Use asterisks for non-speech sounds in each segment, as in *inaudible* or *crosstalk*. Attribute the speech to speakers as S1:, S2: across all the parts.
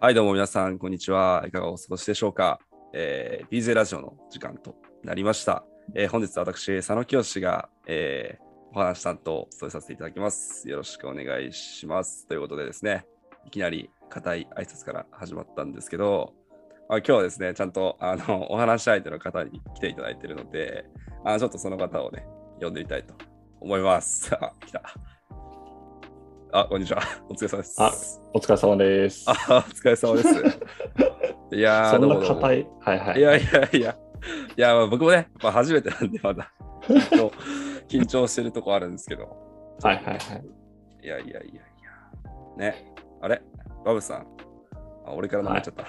S1: はい、どうも皆さん、こんにちは。いかがお過ごしでしょうか。えー、DJ ラジオの時間となりました。えー、本日、私、佐野清が、えー、お話担当を務めさせていただきます。よろしくお願いします。ということでですね、いきなり固い挨拶から始まったんですけど、あ今日はですね、ちゃんとあのお話し相手の方に来ていただいているので、あちょっとその方をね、呼んでみたいと思います。 *laughs* あ、来た。あ、こんにちは。お疲れ様です。
S2: あお疲れ様です。
S1: あお疲れ様です。
S2: *laughs*
S1: いやー、
S2: そん
S1: ど
S2: な
S1: うもどうも
S2: 硬い。はいはい。
S1: いやいやいや、いや、まあ、僕もね、まあ、初めてなんで、ま
S2: *laughs*
S1: だ緊張、緊張してるとこあるんですけど、
S2: はいはいはい。
S1: いやいやいやいや、ね、あれ、バブさん、あ俺からなっちゃった。バ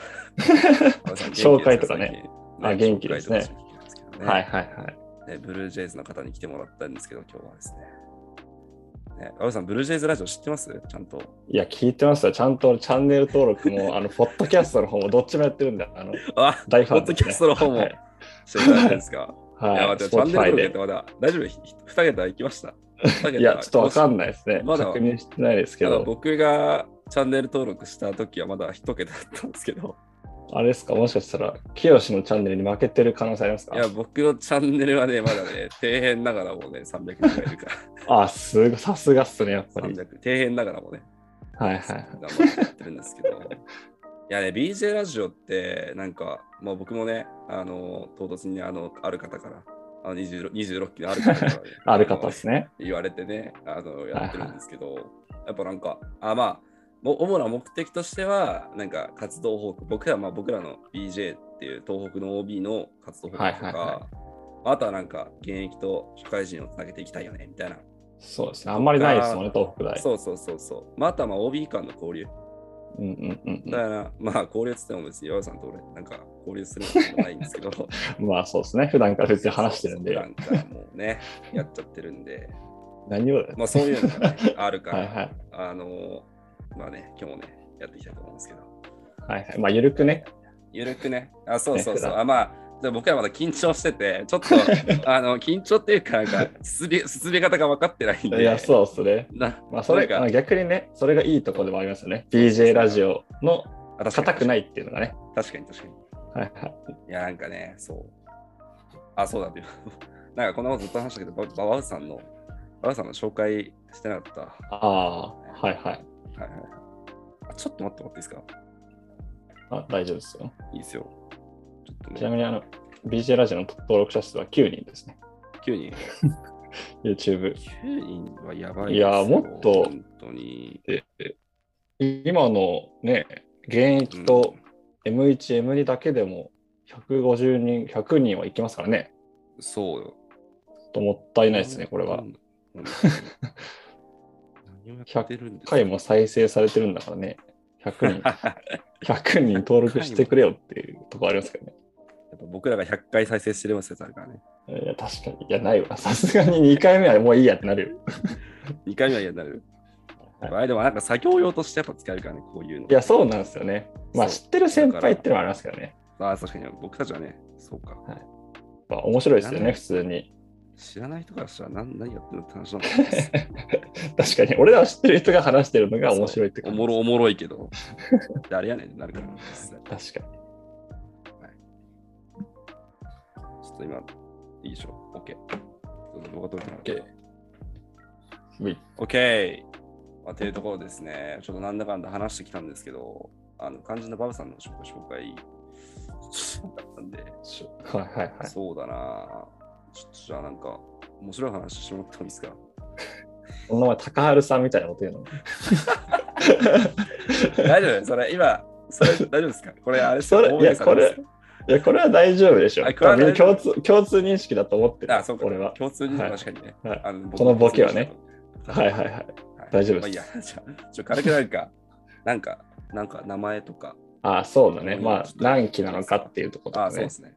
S1: ブさん元気ですか
S2: 紹介とかね。
S1: 最
S2: あ
S1: 近
S2: 元気ですね
S1: 紹介とかしてきてますけどね
S2: はいはいはい。
S1: ねブルージェイズの方に来てもらったんですけど、今日はですね。ね、バブさん、ブルージェイズラジオ知ってますちゃんと。
S2: いや、聞いてました。ちゃんとチャンネル登録も、あの、ポッドキャストの方も、どっちもやってるんだ。あの、
S1: あ、
S2: 大ファ
S1: ポ
S2: ン
S1: ッド
S2: です、ね。
S1: キャストの方も
S2: はい。
S1: 知ってたんですかいや、
S2: はい、
S1: 待って、チャンネル登
S2: Spotify
S1: 録ってまだ大丈夫 ?2 桁行きました。
S2: で。いや、ちょっとわか
S1: ない。
S2: んないですね。
S1: まだ
S2: 確認してないですけ
S1: ただ
S2: ど、
S1: 僕がチャンネル登録した時はまだ1桁だったんですけど、
S2: あれですか、もしかしたら、きよしのチャンネルに負けてる可能性あります
S1: い
S2: か
S1: や、僕のチャンネルはね、まだね、底辺ながらもね、300人がいる
S2: *laughs*
S1: か
S2: あ、すごい、さすがっすね、やっぱ
S1: ら、
S2: り。
S1: 300、底辺ながらもね、
S2: はいはいはい
S1: 頑。張ってるんですけど。いやね、BJ ラジオって、なんか、まあ、僕もね、あの、唐突にあの、ある方から、あの 26, 26期のある方からね、
S2: *laughs* ある方ですね。
S1: 言われてねあのやってるんですけど、やっぱなんかあまあも主な目的としてはなんか活動報告僕らまあ僕らの BJ っていう東北の OB の活動報告とか、
S2: はいはいは
S1: あとはなんか現役と社会人をつなげていきたいよねみたいな、
S2: そうですね。あんまりないですもんね、東北大。
S1: そうそうそうそう、まあ、あとはまあ OB 間の交流
S2: うんうんうん
S1: だからまあ交流っつっても別に岩尾さんと俺なんか交流することもないんです
S2: *laughs*
S1: けど
S2: うん。まあそうですね。普段から別に話してるんで
S1: そう、そう普段からもうねやっちゃってるんで
S2: 何をだよ
S1: まあそういうのが、
S2: *laughs*
S1: ね、あるから
S2: はいはい。
S1: あのまあね、今日もね、やっていきたいと思うんですけど、
S2: はいはい。まあ、ゆるくね。
S1: ゆるく
S2: *laughs*
S1: ね、あ、そうそうそ
S2: ね
S1: う、
S2: 普段
S1: あまあ、で僕はまだ緊張してて、ちょっ
S2: *laughs*
S1: と、あの、緊張っていうか、なんか、進み進め方が分かってないん
S2: い
S1: で、
S2: や、そうですね。
S1: な、
S2: まあ、それ
S1: なんか
S2: が逆にね、それがいいとこでもありますよね。DJ ラジオの
S1: あ確かに
S2: 硬くないっていうのがね。
S1: 確かに確かに。
S2: はいはい。
S1: いや、なんかね、そう。あ、そうだって。 *laughs* なんか、こんなことずっと話したけど、ばばばあさんの、ばばあさんの紹介してなかった。は
S2: ああ、はいはい。
S1: いはいはい。あちょっと待ってもらっていいですか
S2: あ大丈夫ですよ。
S1: いいですよ。ちょっと
S2: ちな
S1: ね、
S2: みに、あの、BJ ラジオの登録者数は9人ですね。
S1: 9人。
S2: YouTube。
S1: 9人はやばい
S2: いや
S1: ですよ
S2: もっと
S1: 本当に。
S2: で今のね、現役と M1、M2 だけでも150人、100人はいきますからね。
S1: そうよ。
S2: ちょっともったいないですね、これは。。
S1: 何をやってるんですか、
S2: 回も再生されてるんだからね。100人
S1: *laughs* や
S2: 100人登録してくれよっていうとこありますけどね。
S1: っぱ僕らが100回再生してる説あるからね。
S2: いや、確かに。いや、ないわ。 *laughs* さすがに2回目はもういいやってなるよ。
S1: 2回目は嫌になる。あれでもなんか作業用としてやっぱ使えるからね、こういうの。
S2: いや、そうなんですよね。まあ、
S1: そう
S2: 知ってる先輩ってのはありますけどね。
S1: ああ、確かに僕たちはね、そうか。
S2: まあ、面白いですよ
S1: なんだ
S2: ね、普通に。
S1: 知らない人からしたら何何やってるのって話なんです。
S2: 確かに。俺らは知ってる人が話してるのが面白いって
S1: お
S2: 感じ。
S1: もろおもろいけど、誰やねんってなるから。
S2: 確かに。
S1: ちょっと今、いいでしょ。OK。動画撮れてなかった
S2: オッケーうい
S1: OK! まあ、というところですね、ちょっとなんだかんだ話してきたんですけど、あの肝心のバブさんの紹介だったんで、
S2: しょはいはいはい。
S1: そうだなぁちょっとじゃあなんか、面白い話してもらってもいいですか
S2: その名前、高春さんみたいなこと言うの。
S1: 大丈夫それ、今、それ大丈夫ですかこれ、あれですよ
S2: それ
S1: 大家さん
S2: いや
S1: ですよ
S2: いや、これは大丈夫でしょ。
S1: あこれは
S2: みん
S1: 大
S2: な
S1: 丈夫
S2: 共通共通認識だと思ってる。
S1: あ、そうか、
S2: 俺は。
S1: 共通に
S2: はい
S1: 確かにね。
S2: はい
S1: あの僕
S2: このボケはね
S1: 僕
S2: はいはいはい。
S1: はい
S2: 大丈夫です
S1: まあいいや、じゃあ、ちょ軽くなんか、なんか、なんか名前とか、
S2: ああ、そうだね。
S1: うん
S2: まあ、何期なのかっていうところと
S1: あ、
S2: か
S1: そうで
S2: ね。
S1: すね。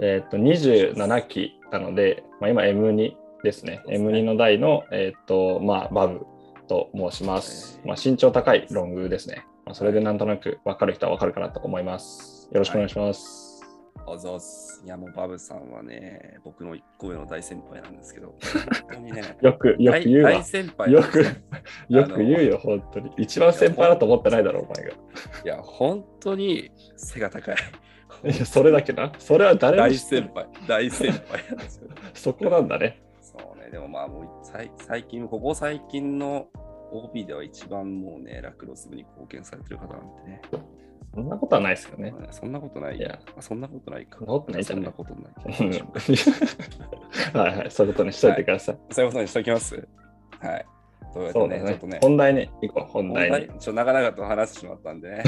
S2: えっ、と、27期なので、まあ、今 M2 ですね。
S1: そうですね
S2: M2 の代の、えっ、と、まあ、バブと申します。
S1: はい
S2: まあ、身長高いロングですね。まあ、それでなんとなく分かる人は分かるかなと思います。よろしくお願いします。、
S1: あざっす。いや、もうバブさんはね、僕の一個上の大先輩なんですけど、本当にね
S2: *laughs* よく、よく言
S1: 大
S2: うわ
S1: 大。先輩
S2: よく、よく言うよ、本当に。一番先輩だと思ってないだろ、お前が。
S1: いや、本当に背が高い。
S2: いや、それだけな。それは誰も
S1: 大
S2: 知って
S1: 先
S2: る。
S1: 輩、大先輩なんですよ。
S2: そこなんだね。
S1: そうね、でもまあもう最最近、ここ最近の OB では一番もうね、ラクロス部に貢献されてる方なんでね。
S2: そんなことはないですよね。
S1: まあそんなことない
S2: いや、
S1: あそんなことないか。
S2: そんなことないじゃ
S1: そ
S2: ない
S1: んなことない。
S2: うんはいはい、そういうことにしといてください。
S1: *laughs* そういうことにしておきます。はい。というわけ
S2: そう
S1: で
S2: だ
S1: ね、ちょっ
S2: ね
S1: とね、
S2: 本題に行こう、本題に。
S1: ちょっと長々と話してしまったんで *laughs* ね。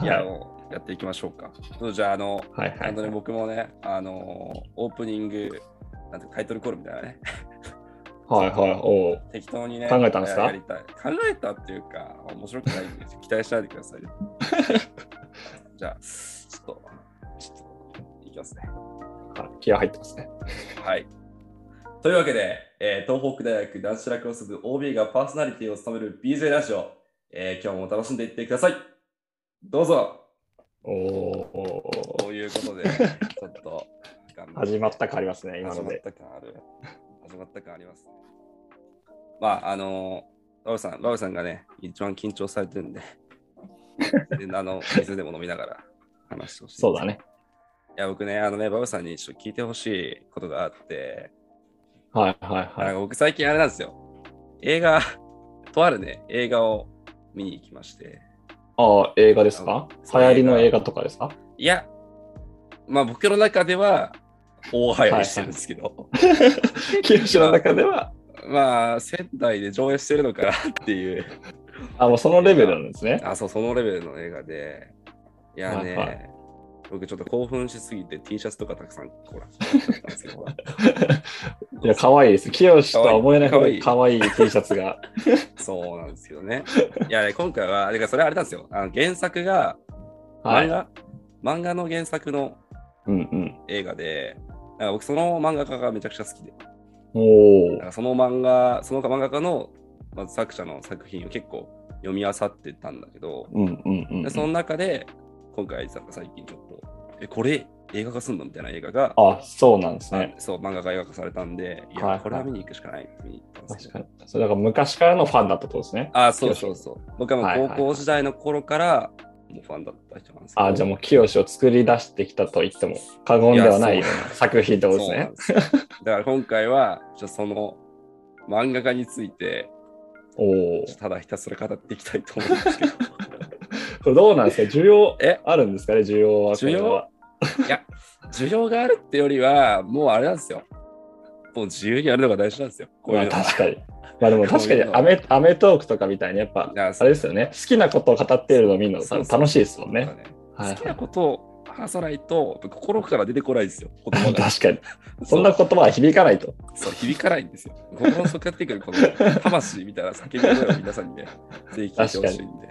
S1: いや、もうやっていきましょうか。ちょっとじゃあ、あの、
S2: はいはい
S1: 本当に僕もね、あの、オープニング、なんていうかタイトルコールみたいな *laughs* ね、
S2: はいはい、おう
S1: 適当にね、
S2: 考えたんですか
S1: やりたい。考えたっていうか、面白くないんで、期待しないでください。 *laughs* じゃあ、ちょっと、ちょっと、いきますね。
S2: あ気合入ってますね。
S1: はい。というわけで、えー東北大学男子ラクロス部 OB がパーソナリティを務める BJ ラジオ、えー今日も楽しんでいってください。どうぞ
S2: おお
S1: という
S2: *laughs*
S1: ことで、ちょっと、
S2: 始まったかありますね、今
S1: 始
S2: の
S1: まっ
S2: で。
S1: た感ある。始まった感あります。まあ、あのー、バブさん、バブさんがね、一番緊張されてる
S2: *laughs*
S1: んで、であの、水でも飲みながら話してほしいです。
S2: そうだね。
S1: いや、僕ね、あのね、バブさんにちょっと聞いてほしいことがあって、
S2: はいはい
S1: な
S2: は
S1: ん
S2: い。
S1: か僕最近あれなんですよ。映画、とあるね、映画を見に行きまして。
S2: ああ、映画ですか
S1: そ
S2: 流
S1: う
S2: 行りの映画とかですか
S1: いや、まあ僕の中では大流行りしてるんですけど、
S2: 九州の中では、
S1: まあ仙台で上映してるのかなっていう、 *laughs*
S2: あ、もうそのレベルなんです *laughs* ね。
S1: あ、そう、そのレベルの映画で、いやね、
S2: はいは
S1: 僕ちょっと興奮しすぎて T シャツとかたくさんほら、買っちゃったんですけどほら
S2: いや、可愛いです。清しとは思えないほど
S1: か
S2: 可愛い T シャツが。
S1: *laughs* そうなんですけどね。いや、ね、今回は、だからそれあれなんですよ。あの原作が
S2: は
S1: 漫
S2: い。
S1: 画、漫画の原作の
S2: うんうん。
S1: 映画で、なんか僕その漫画家がめちゃくちゃ好きで、
S2: おお
S1: なん。かその漫画、その漫画家の、まあ、作者の作品を結構読み漁ってたんだけど、
S2: うんうんうんう
S1: でその
S2: ん。
S1: 中で今回なんか最近ちょっと、え、これ映画化すんのみたいな映画が、
S2: あ、そうなんですね。
S1: そう、漫画が映画化されたんで、い
S2: はいは
S1: や、
S2: い
S1: これは見に行くしかないって見に行ったんです
S2: 確
S1: けど。
S2: かに。それだから昔からのファンだったってことですね。
S1: あ、そうそうそう。僕は
S2: はい
S1: も
S2: は
S1: う
S2: い
S1: 高
S2: はい
S1: 校時代の頃から、もうファンだった人なんですけど。
S2: あ、じゃあもう清を作り出してきたと言っても過言ではないような作品ってことです
S1: そうなん
S2: ね。
S1: ですよ。だから今回は、ちょっとその漫画家について、
S2: おお
S1: ちょっとただひたすら語っていきたいと思うんですけ
S2: *laughs*
S1: ど。
S2: これどうなんですか需要
S1: え
S2: あるんですかね需要はこれ
S1: 需要
S2: は。
S1: 需要があるってよりは、もうあれなんですよ。もう自由にやるのが大事なんですよ。こういうの
S2: まあ
S1: は。
S2: 確かに。まあでも確
S1: こ
S2: かに
S1: ういうのは
S2: アメアメトークとかみたいにやっぱ
S1: いや
S2: あれですよね。好きなことを語っているのを見るの
S1: そうそう
S2: 楽しいですもん
S1: な
S2: ね。
S1: んか
S2: はい
S1: 好きなことを話さないと、心から出てこないんですよ。言葉
S2: *laughs* 確
S1: が。
S2: かに。そんな
S1: そう
S2: 言葉は響かないと。
S1: そう響かないんですよ。心の底から出てくるこの *laughs* 魂みたいな叫び声を皆さんにね、ぜひ聞いてほしいんで。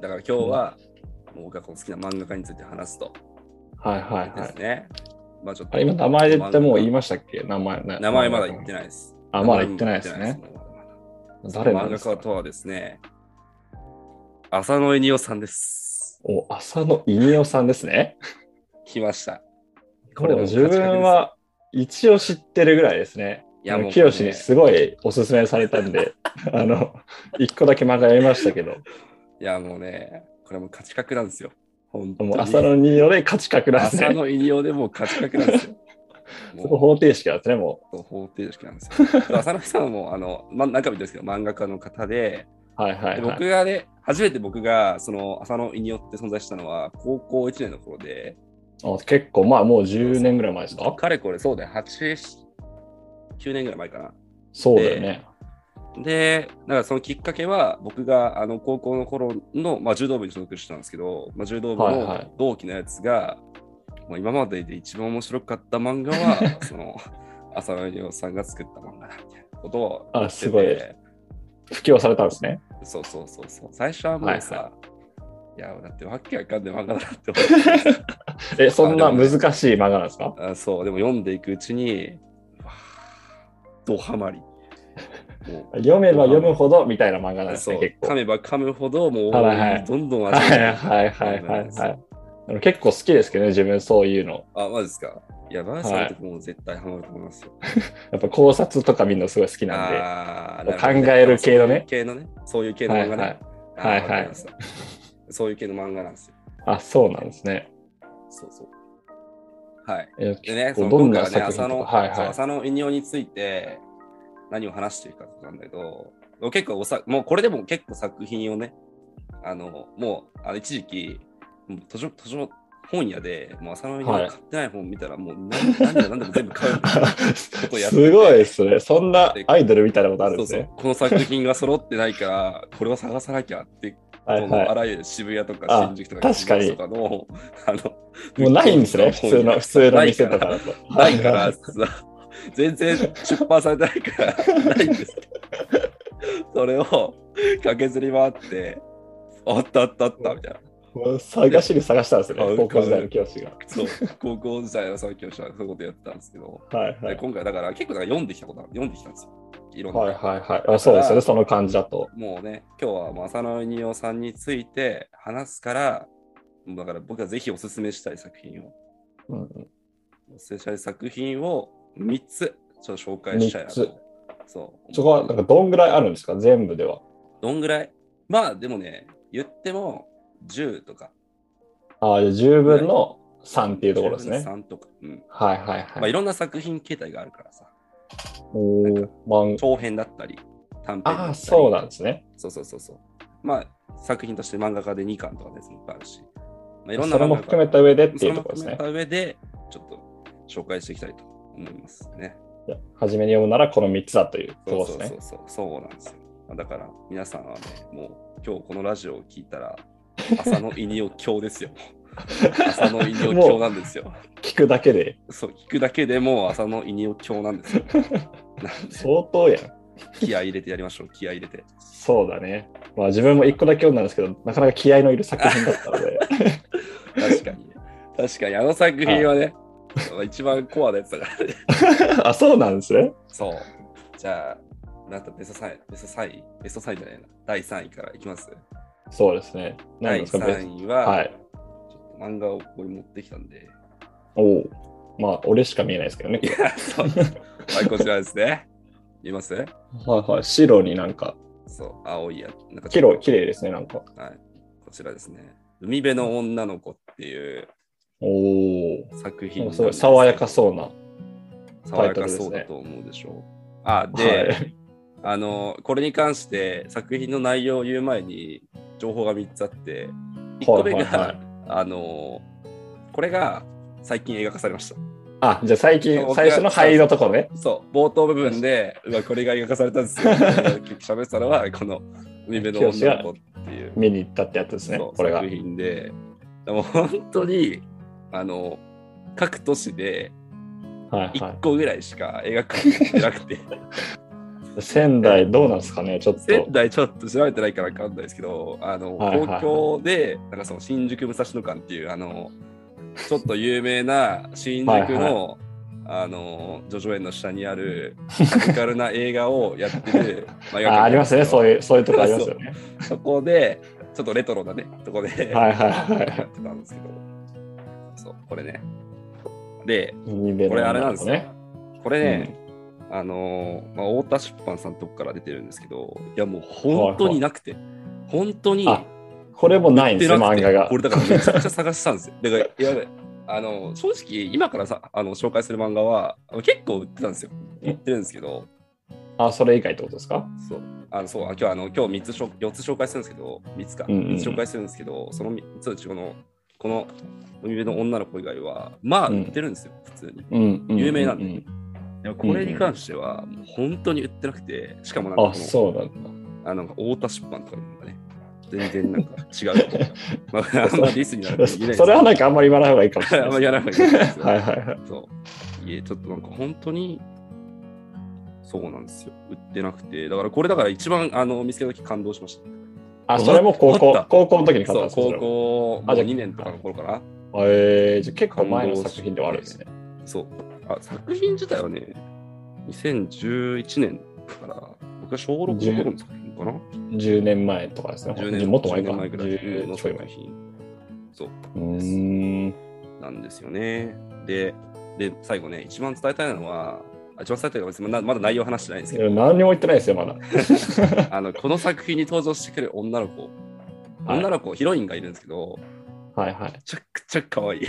S1: だから今日は、もう僕がこの好きな漫画家について話すと。
S2: はいはいは
S1: で
S2: い
S1: す。ね。まあちょっ
S2: あ
S1: と。
S2: 今名前で言ってもう言い
S1: ま
S2: ましたっけ名前。名
S1: 名前まだ言ってないです。
S2: あまだ言ってないですね
S1: 名前も言ってないです
S2: 誰なん
S1: 漫
S2: で
S1: 画
S2: すか
S1: 家とはですね、浅野稲夫さんです。
S2: お、浅野稲代さんですね。
S1: 来ました。
S2: これ自分は一応知ってるぐらいですね。
S1: いやもう、
S2: 清にすごいおすすめされたんで、 *laughs* あの、一個だけ漫画やりましたけど、
S1: いやもうね、これもう価値格なんですよ。本当に
S2: もう浅野により価値格なんです
S1: 浅
S2: ね。
S1: 野稲夫でもう価値格なんですよ。
S2: *laughs* そこ
S1: もう
S2: 方程式なんですね、も
S1: 方程式なんですよ。浅野さんはもうあの、ま、中身ですけど、漫画家の方で、
S2: う。はいはい
S1: で
S2: はい。
S1: 僕がね、初めて僕がその浅野稲夫って存在したのは高校1年の頃で、
S2: あ結構、まあもう10年ぐらい前ですか
S1: かれこれそうだよ、8、9年ぐらい前かな。
S2: そうだよね。
S1: で、なんかそのきっかけは、僕があの高校の頃の、まあ、柔道部に所属してたんですけど、まあ、柔道部
S2: はいは
S1: の
S2: い
S1: 同期のやつが、もう今までで一番面白かった漫画は、
S2: *laughs*
S1: その浅野亮さんが作った漫画だみたいなことを言ってて
S2: あすごい布教されたんですね。
S1: そうそうそうそう。最初はもうさ、
S2: は
S1: い
S2: い
S1: や、だってわけわかんない漫画だなって思って
S2: え、そんな難しい漫画なんですか
S1: あ *laughs* そう、でも読んでいくうちに、うわードハマり。も
S2: *laughs*
S1: う
S2: 読めば読むほどみたいな漫画なんです
S1: そう
S2: ね、結
S1: 噛
S2: 構。
S1: めば噛むほど、もう、
S2: はいはい
S1: どんどん
S2: はい
S1: 味が
S2: はいはいはいはい。あの結構好きですけどね、自分そういうの。
S1: あ、マジですか。いや、バーサルとかも絶対ハマると思いますよ。
S2: やっぱ考察とかみんなすごい好きなんで。
S1: あー
S2: こう
S1: なほどね
S2: 考える系の
S1: そ
S2: ね
S1: ういう系のね。そういう系の
S2: は
S1: 漫
S2: い
S1: 画
S2: は
S1: ね
S2: い。。はいは
S1: あー
S2: い
S1: わかりましたそういう系の漫画なんですよ。
S2: あ、そうなんですね。
S1: そうそう。はい。
S2: えー
S1: でね、
S2: 結
S1: そ
S2: 構
S1: の
S2: どん
S1: 今回
S2: な
S1: はね、
S2: 作品
S1: 朝
S2: と
S1: の、
S2: か。はい
S1: そう
S2: は
S1: 朝の引用について何を話しているかってことなんだけど、結構おさ、もうこれでも結構作品をね、あの、もう、あの一時期、もう図書、図書本屋で、もう朝の引用
S2: はい
S1: 買ってない本見たら、もう何、何だ何だ全部買う。こと
S2: い。
S1: やってて
S2: すごいですね。そんなアイドルみたいなことあるん
S1: そ
S2: で
S1: う
S2: す
S1: そ
S2: ね。
S1: うこの作品が揃ってないから、 *laughs* これを探さなきゃって、
S2: は
S1: こ
S2: い
S1: のあ
S2: は
S1: らゆる渋谷とか
S2: あ
S1: 新宿とか
S2: 確かに
S1: 新橋とかの、 *laughs* あ
S2: い。
S1: の、
S2: もうないんで
S1: *laughs*
S2: すね。普通の、普通の店とかだと。
S1: ないから、
S2: はい
S1: さ全然出版されてないから、 *laughs* ないんです。それを駆けずり回って、あったあったあったみたいな。
S2: *laughs* もう探しに探したんですね
S1: あ。
S2: 高校時代の教師が。
S1: そう、高校時代の作業者はそういうことやってたんですけど、
S2: はいは
S1: で
S2: い。
S1: 今回だから結構だから読んできたことある読んできたんですよ。いろんな。
S2: はいはいはい。あそうですよね。その感じだと。
S1: もうね、今日は正野二葉さんについて話すから、だから僕はぜひおすすめしたい作品を、
S2: うんうん
S1: おすすめしたい作品を3つちょっと紹介したいなと。
S2: 三
S1: そう。
S2: そこは、なんかどんぐらいあるんですか全部では。
S1: どんぐらいまあでもね、言っても10とか。
S2: ああ、じゃあ10分の3っていうところです
S1: 10
S2: ね。
S1: 分の3とか。うん。
S2: はいはい
S1: まあ
S2: はいい。
S1: ろんな作品形態があるからさ。
S2: おー漫
S1: 長編だったり、短編だったり。
S2: ああ、そうなんですね。
S1: そうそうそうそう。まあ作品として漫画家で2巻とかですね、いっぱいあるし。まあ、いろんな
S2: それも
S1: 漫画家
S2: 含めた上でって
S1: そ
S2: い
S1: れ
S2: う
S1: も
S2: ところです
S1: 含め
S2: ね。
S1: た上で、ちょっと紹介していきたいと思いますね。
S2: いや初めに読むならこの3つだというとこ
S1: そう
S2: ろ
S1: そ
S2: で
S1: う
S2: す
S1: そ
S2: ね
S1: う。そう、そうなんですよ。だから、皆さんはね、もう今日このラジオを聞いたら、朝のイニオ教
S2: *laughs*
S1: ですよ。朝のイニオ教なんですよ。
S2: 聞くだけで
S1: そう、聞くだけでもう朝のイニオ教なんですよ。なんで、
S2: 相当やん。
S1: 気合い入れてやりましょう、気合い入れて。
S2: そうだね。まあ自分も1個だけ読んだんですけど、なかなか気合いのいる作品だったの
S1: *laughs*
S2: で。
S1: 確かに、ね。確かに、あの作品はね、一番コアなやつだからね。
S2: あ、そうなんですね。
S1: そう。じゃあ、なんとベスト3位、ベスト3位、ベスト3位じゃないな。第3位からいきます。
S2: そうですね。何
S1: 第
S2: ですか、別に
S1: 3位は、
S2: はい。
S1: ちょっと漫画をここに持ってきたんで。
S2: おお。まあ、俺しか見えないですけど
S1: *laughs*
S2: ね。
S1: いや、そう。はい、こちらですね。見ます
S2: はいはい。白になんか、
S1: そう、青いやつ。なんか
S2: き
S1: ちょ
S2: れ
S1: っ
S2: い、
S1: と
S2: 綺麗ですね、なんか。
S1: はい。こちらですね。海辺の女の子っていう
S2: おお。
S1: 作
S2: な
S1: 品
S2: ん
S1: なん
S2: か
S1: ですす
S2: ご
S1: よ
S2: い爽やかそうな。
S1: 爽や
S2: タイト
S1: か
S2: ルですね
S1: そうだと思うでしょう。あ、で、
S2: はい。
S1: あの、これに関して作品の内容を言う前に情報が3つあって、1個目が、
S2: はいはいはい
S1: あの、これが最近映画化されました。
S2: あ、じゃあ最近
S1: 僕、が
S2: 最初の灰のところね。
S1: そう、冒頭部分で、うわ、これが映画化されたんです
S2: *laughs*
S1: よ。喋ってたのは、この海辺の女の子っていう
S2: 見に行ったってやつですね、
S1: そう
S2: これが
S1: 作。品で、でも本当に、あの、各都市で
S2: はいは
S1: 1個ぐらいしか映画館に行ってなくて、
S2: い。仙台どうなんですかね、ちょっと
S1: 仙。台ちょっと調べてないから分かんないですけど、あの、
S2: はいはいはい
S1: 東京で、なんかその新宿武蔵野館っていう、あの、ちょっと有名な新宿の、
S2: はいは
S1: あの、ジョジョ園の下にある、ミカルな映画をやって
S2: *laughs*
S1: る、ま映画館
S2: あありますね、そういう、そういうとこありますよね。
S1: そこで、ちょっとレトロなね、とこで、
S2: はいはいはい
S1: やってたんですけど、そう、これね。で、
S2: 海辺
S1: これあれなんですね
S2: ね。。
S1: これね、あのーまあ、太田出版さんのとこから出てるんですけど、いやもう本当になくて、本当に
S2: あこれもないんですね、
S1: 売ってなくて
S2: 漫画が。
S1: 俺だからめちゃくちゃ探したんですよ。だから、いや、あの、正直、今からさ、あの、紹介する漫画は、あの結構売ってたんですよ。売ってるんですけど、
S2: あ、それ以外ってことですか
S1: そう。あの、そう、あ今日、あの、今日3つ紹、4つ紹介するんですけど、3つか。
S2: うんうん
S1: 3つ紹介するんですけど、その3つのうち、この、この、海辺の女の子以外は、まあ、
S2: うん
S1: 売ってるんですよ、普通に。
S2: うん。
S1: 有名なんで
S2: で。
S1: でもこれに関しては、もう本当に売ってなくて、しかもなんかこの、
S2: あ、そうなんだ。
S1: あなんか太田出版とかいうのがね、全然なんか違う
S2: *laughs*
S1: というか。まあ、あんまりリスになると言えないです
S2: それはなんかあんまり言わない方がいいかもしれ
S1: あ
S2: ない
S1: ん
S2: で
S1: ますり *laughs*
S2: ね。
S1: やらない方がいいですよ
S2: はいはいはい。
S1: そう。いえ、ちょっとなんか本当に、そうなんですよ。売ってなくて。だからこれだから一番あの見つけた時感動しまし
S2: あ、それも高
S1: あっ
S2: 校
S1: た、
S2: 高校の時に
S1: た。
S2: 買っ
S1: そ
S2: たん
S1: う、高
S2: ですかそれも
S1: 校も
S2: あ
S1: う
S2: じゃあ
S1: 2年とかの頃かな。
S2: えー、じゃあ結構前の作品ではあるんですね。
S1: そう。あ、作品自体はね、2011年だから、僕は小6の頃の作品かな。
S2: 10年前とかですね。
S1: 10年
S2: もっと前
S1: 10
S2: か。
S1: 年前ぐらい
S2: 10
S1: の
S2: ちょい
S1: 作
S2: 前。
S1: 品そう
S2: うーん。
S1: なんですよね。で、で最後ね、一番伝えたいのは、あ一番伝えたいのは別にまだまだ内容話してないんです
S2: い
S1: け
S2: や
S1: ど、
S2: 何にも言ってないですよ、まだ。
S1: あのこの作品に登場してくる女の子、
S2: はい
S1: 女の子、ヒロインがいるんですけど、
S2: はいは
S1: めちゃくちゃ可
S2: *laughs*
S1: 愛い
S2: い。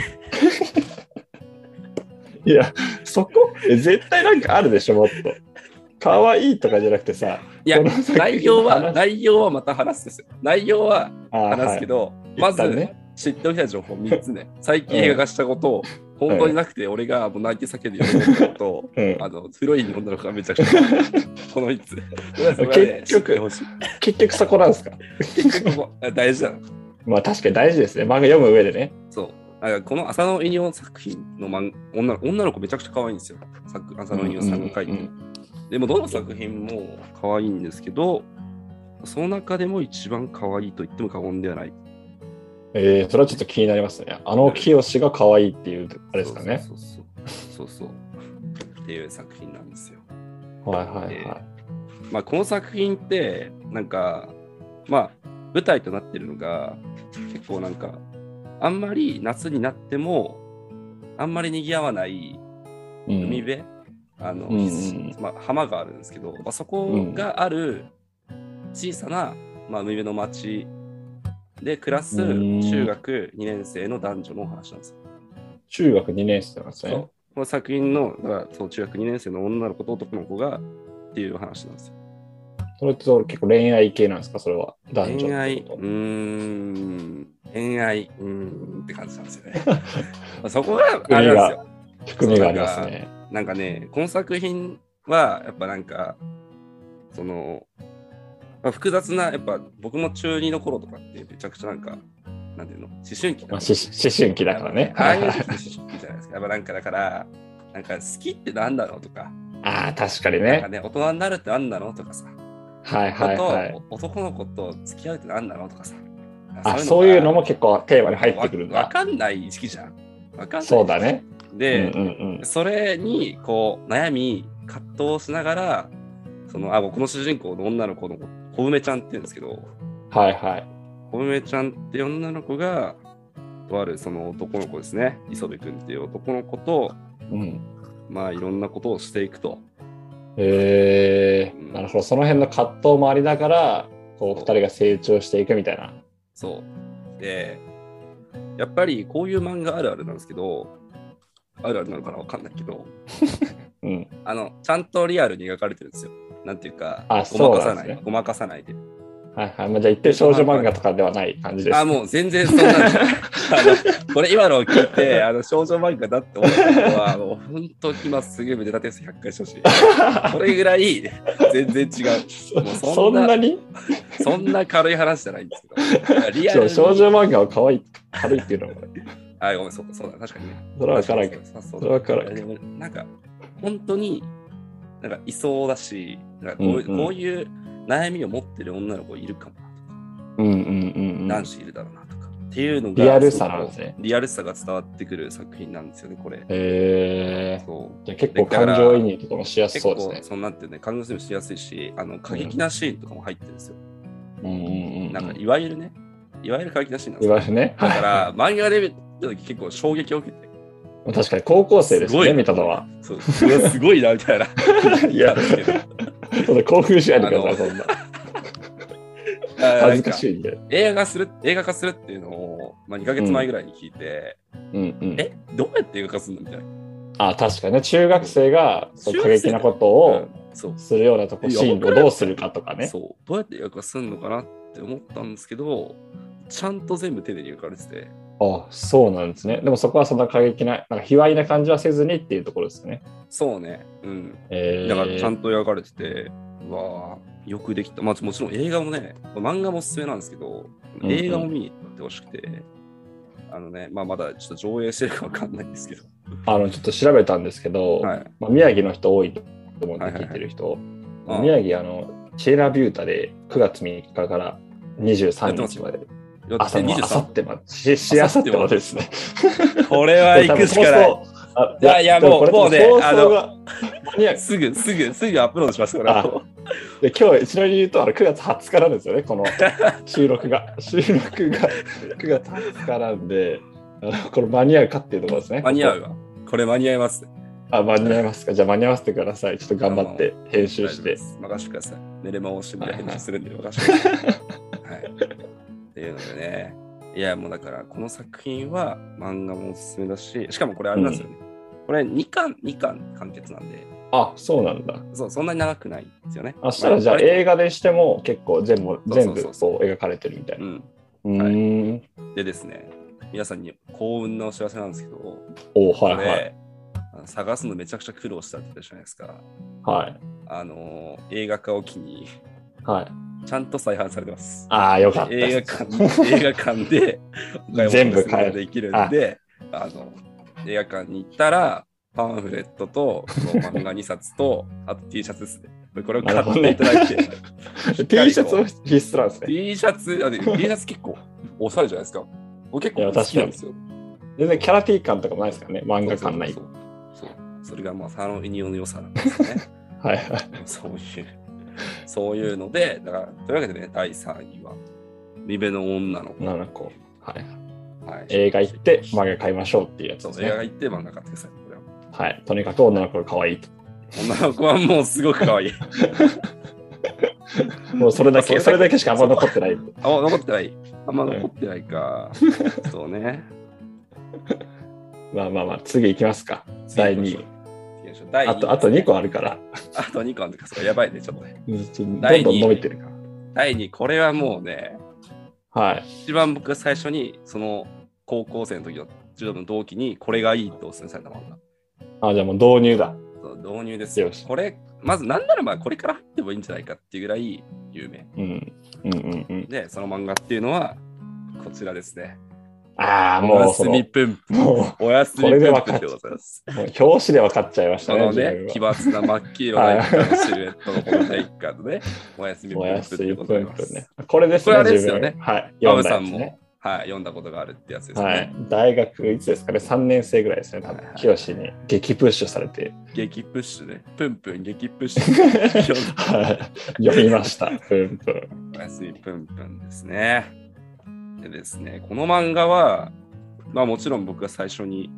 S2: いや、そこ、え絶対なんかあるでしょ、もっと。可愛いとかじゃなくてさ、
S1: いや
S2: この作品の話
S1: 内容は、内容はまた話すですよ。内容は
S2: あー
S1: 話すけど、まず、
S2: 一旦ね
S1: 知っておきたい情報3つね。最近映画化したことを、本当になくて、俺がもう泣き叫んで喜んだこと
S2: うん
S1: と、あの、ヒロインの女の子がめちゃく
S2: *laughs*
S1: ちゃ可愛い、この3つ。
S2: 局
S1: それはね知ってほしい
S2: 結局そこなんですか。
S1: 結局ここ、大事だなの。
S2: まあ確かに大事ですね。漫画読む上でね。
S1: そう。だからこの浅野稲夫作品の漫女の女の子めちゃくちゃ可愛いんですよ。作浅野稲夫さんが書いて
S2: うんうん
S1: る。でもどの作品も可愛いんですけど、その中でも一番可愛いと言っても過言ではない。
S2: えー、それはちょっと気になりますね。あの清が可愛いっていう、あれですかね。
S1: そうそうそう。そうそう。っていう作品なんですよ。
S2: はいはい
S1: え
S2: は
S1: まあこの作品って、なんか、まあ舞台となってるのが、結構なんか、あんまり夏になっても、あんまり賑わわない
S2: い。うん
S1: 海辺、あの、
S2: うんうん
S1: まあ、浜があるんですけど、まあ、そこがある小さな、まあ、海辺の町で暮らす
S2: うん
S1: 中学2年生の男女のお話なんですよ。
S2: 中学2年生なんです
S1: そ
S2: ね
S1: う。この作品のだからそう中学2年生の女の子と男の子がっていう話なんですよ。
S2: それってそれ結構恋愛系なんですかそれは。男女ってこと。
S1: 恋愛、うーん、恋愛、うーんって感じなんです
S2: *laughs*
S1: よね。まあそこがあれなんですよ。
S2: 含みがありますね。
S1: なんかね、この作品は、やっぱなんか、その、まあ、複雑な、やっぱ僕も中二の頃とかってめちゃくちゃなんか、なんていうの、思春期
S2: まあ、
S1: だ
S2: 思思春期だからね。
S1: ああいう
S2: は
S1: の
S2: い
S1: っ
S2: は
S1: て
S2: い
S1: 思春期じゃないですか。やっぱなんかだから、なんか好きってなんだろうとか、
S2: ああ、確かに
S1: なん
S2: ね
S1: か。ね、大人になるってなんだろうとかさ、
S2: はい
S1: あ
S2: はい
S1: と、
S2: はい。
S1: お男の子と付き合うってなんだろうとかさ。
S2: あそういうの
S1: も
S2: も結構テーマに入ってくるん
S1: わわ
S2: だ。
S1: かんない時期じゃん。わかんない。
S2: そうだ。ね。うん
S1: で、
S2: うんうん。
S1: それにこう悩み葛藤をしながらそのあ僕の主人公の女の子の小梅ちゃんって言うんですけど
S2: はいはい。
S1: 小梅ちゃんって女の子がとあるその男の子ですね磯部君っていう男の子と
S2: うん。
S1: まあいろんなことをしていくと
S2: えー、なるほど。その辺の葛藤もありながら、こう、二人が成長していくみたいな。
S1: そうでやっぱりこういう漫画あるあるなんですけどあるあるなのかなわかんないけど
S2: うん。
S1: あのちゃんとリアルに描かれてるんですよなんていうか
S2: あ
S1: ごまか
S2: そ
S1: さ
S2: うな
S1: なんい
S2: ですね
S1: ごまかさないで
S2: はいはい。まあ、じゃあ一定少女漫画とかではない感じです。
S1: あ、もう全然そんなんじゃないあのこれ今のを聞い
S2: *laughs*
S1: て、あの少女漫画だって思った人は、もう本当今すぐ腕立て伏せ100回してほしい。それぐらい全然違う。も
S2: そ
S1: うそんな
S2: そんなに
S1: そんな軽い話じゃないんですけど。リア
S2: そ
S1: ル
S2: う
S1: に。
S2: 少女漫画を可愛い、軽いっていうのも、
S1: あ、ごめん、そうそうだ、確かにね。
S2: それは分から
S1: *laughs*
S2: んけど。
S1: そう
S2: そ
S1: そう
S2: れは分からんけ
S1: で
S2: ど。
S1: もなんか、本当に、なんかいそうだし、なんかこう,、
S2: うんうん
S1: こういう悩みを持ってる女の子いるかもなとか、
S2: うんうんうんうん
S1: 男。子いるだろうなとか、っていうのが、
S2: リアルさなんですね。
S1: リアルさが伝わってくる作品なんですよね、これ。
S2: えー
S1: そう
S2: じゃあ結構感情移入とかもしやす
S1: 結
S2: そう
S1: 構
S2: です
S1: そ,、
S2: ね。
S1: んなんてね感情移入しやすいしあの過激なシーンとかも入ってるんですよ、
S2: うんうんうん。
S1: なんかいわゆるねいわゆる過激なシーンなんで
S2: い
S1: すよ
S2: わゆるね。
S1: だから漫画で見た時結構衝撃を受けて
S2: 確かに高校生です
S1: ごい
S2: ね、見たのは。
S1: そううわすごいなみたいな
S2: いや、
S1: なんですけど
S2: ちょっと興奮しないでください、そんな。
S1: あ
S2: 恥
S1: なん
S2: ず
S1: か
S2: かしいんで。
S1: 映画化する映画化するっていうのを、まあ、2ヶ月前ぐらいに聞いて、
S2: うんうん。
S1: えどうやって映画化するのみたいな
S2: あ、確かにね、中学生がそう過激なことを
S1: そう
S2: するようなとこ、
S1: いや
S2: シーンをどうするかとかね。
S1: そうどうやって映画化するのかなって思ったんですけどちゃんと全部手で入れられてて
S2: あ、そうなんですね。でもそこはそんな過激な、なんか卑猥な感じはせずにっていうところですよね。
S1: そうねうん
S2: えー、
S1: だからちゃんと描かれてて、うわあ、よくできた。まあもちろん映画もね、漫画もおすすめなんですけど、
S2: うん
S1: 映画も見に行ってほしくて、あのね、まあまだちょっと上映してるかわかんないんですけど、
S2: あのちょっと調べたんですけど、
S1: はい。
S2: まあ、宮城の人多いと思って
S1: はいはいはい
S2: 聞いてる人、
S1: あ
S2: 宮城あのチェラビュータで9月3日から23日まで
S1: よ
S2: 朝の
S1: 23
S2: あさってまでししあさってまでですね *laughs*
S1: これは行く *laughs* しかない。
S2: あ
S1: いやいやもう
S2: でこれ
S1: もうね
S2: 放送が間に合う
S1: すぐ、すぐ、すぐアップロードしますから。
S2: あで今日、ちなみに言うとあの9月20日なんですよね、この収録
S1: *laughs*
S2: が。収録が9月20日なんで、あのこれ間に合うかっていうところですね。
S1: 間に合うわ。これ間に合います。
S2: あ、間に合いますか。じゃあ間に合わせてください。ちょっと頑張って編集
S1: 大
S2: し
S1: 丈夫で
S2: て。
S1: す任せてください。寝れまをしてみ
S2: はいはい
S1: 編集するんで任せてください。はい。っていうのでね。いや、もうだから、この作品は漫画もおすすめだし、しかもこれあれなんですよね。これ2巻、2巻完結なんで、
S2: あ、そうなんだ。
S1: そう、そんなに長くないんですよね。
S2: あそしたらじゃあ映画でしても結構全部
S1: そうそ
S2: 全
S1: うそう
S2: 部こう描かれてるみたいな。
S1: うん。
S2: う
S1: はい
S2: ーん。
S1: でですね、皆さんに幸運なお知らせなんですけど、こ
S2: おは
S1: れ、
S2: いはい。
S1: あの探すのめちゃくちゃ苦労したって言ったじゃないですか。
S2: はい。
S1: あのー、映画化を機に、
S2: はい。
S1: ちゃんと再販されてます。
S2: ああ、よかった。
S1: 映画館映画館でお買い物
S2: 全部
S1: することができるんであの映画館に行ったらパンフレットとこの漫画2冊
S2: *laughs*
S1: とあと T シャツですねこれを買っていただいて、
S2: T シャツも必須なんですね。
S1: T シャツあで T シャツ結構おしゃれじゃないですか僕結構好きなんですよ
S2: 全然キャラ T 感とかもないですからね。漫画感ない。
S1: そうそうそうそれがまあサロンユニオンの良さなんですよね
S2: *laughs* はいはい。
S1: そういうそういうのでだからというわけでね第3位は「リベの女の子
S2: 7個。はい。」
S1: はい
S2: 映画行って漫画買いましょうっていうやつ
S1: そう
S2: です
S1: 映画
S2: ね。
S1: 行って漫画買ってくださいこれは
S2: はい。とにかく女の子が可愛いと。
S1: 女の子はもうすごく可
S2: *laughs*
S1: 愛い。
S2: もうそれだけ、
S1: そ
S2: そ
S1: れ
S2: れ
S1: だ
S2: だ
S1: け
S2: けしかあんま残ってない。
S1: あ、残ってない。あんま残ってないか。そうね。
S2: まあまあまあ、次行きますか。第2位。
S1: 次行きましょう。第2位
S2: あと、あと2。個あるから。
S1: あと2個あるんですか。やばいね、ちょっとね。
S2: どんど
S1: 第
S2: ん
S1: 二位
S2: 伸びてるか
S1: 第2位、これはもうね、
S2: ら。はい。
S1: 一番僕が最初に、その高校生の時の柔道部の同期に、これがいいとお勧めされたものが。
S2: あ、じゃあもう導入だ。
S1: そう導入ですよ
S2: よし。
S1: これ、まずなんならまあこれから入ってもいいんじゃないかっていうぐらい有名。
S2: うん。うんうんうん。
S1: で、その漫画っていうのは、こちらですね。
S2: ああ、
S1: お
S2: も
S1: や
S2: うそ
S1: す
S2: の、
S1: み
S2: も
S1: ぷん
S2: う、
S1: ぷん。
S2: も
S1: おやすみ
S2: こ
S1: ぷん
S2: れ
S1: ぷ
S2: で
S1: ん
S2: 分かっ
S1: でございます。
S2: う表紙で分かっちゃいました
S1: そ
S2: ね。
S1: の
S2: 自
S1: ね
S2: 分、は
S1: 奇抜な真っ黄色な一家のシルエットのこの第一巻でね、おやすみ
S2: お
S1: ぷ
S2: や
S1: ん
S2: す
S1: ぷんで
S2: みぷ
S1: ご
S2: ん
S1: ざいま
S2: ぷん
S1: す。
S2: ね。これです
S1: これあ
S2: ね、
S1: れです
S2: 自
S1: よ
S2: 分。
S1: ね
S2: はい。
S1: ア
S2: 読
S1: ブ
S2: んだ
S1: さ
S2: や
S1: ん
S2: つ
S1: も、
S2: ね。
S1: はい、読んだことがあるってやつですね。
S2: はい。大学いつですかね ?3 年生ぐらいですね、多
S1: はいは
S2: 分
S1: い。
S2: 清に激プッシュされて。
S1: 激プッシュね。ぷんぷん激プッシュ。読んだ
S2: はい。 *laughs* 読みました。ぷんぷん。
S1: おやすみぷんぷんですね。でですね、この漫画は、まあもちろん僕が最初に、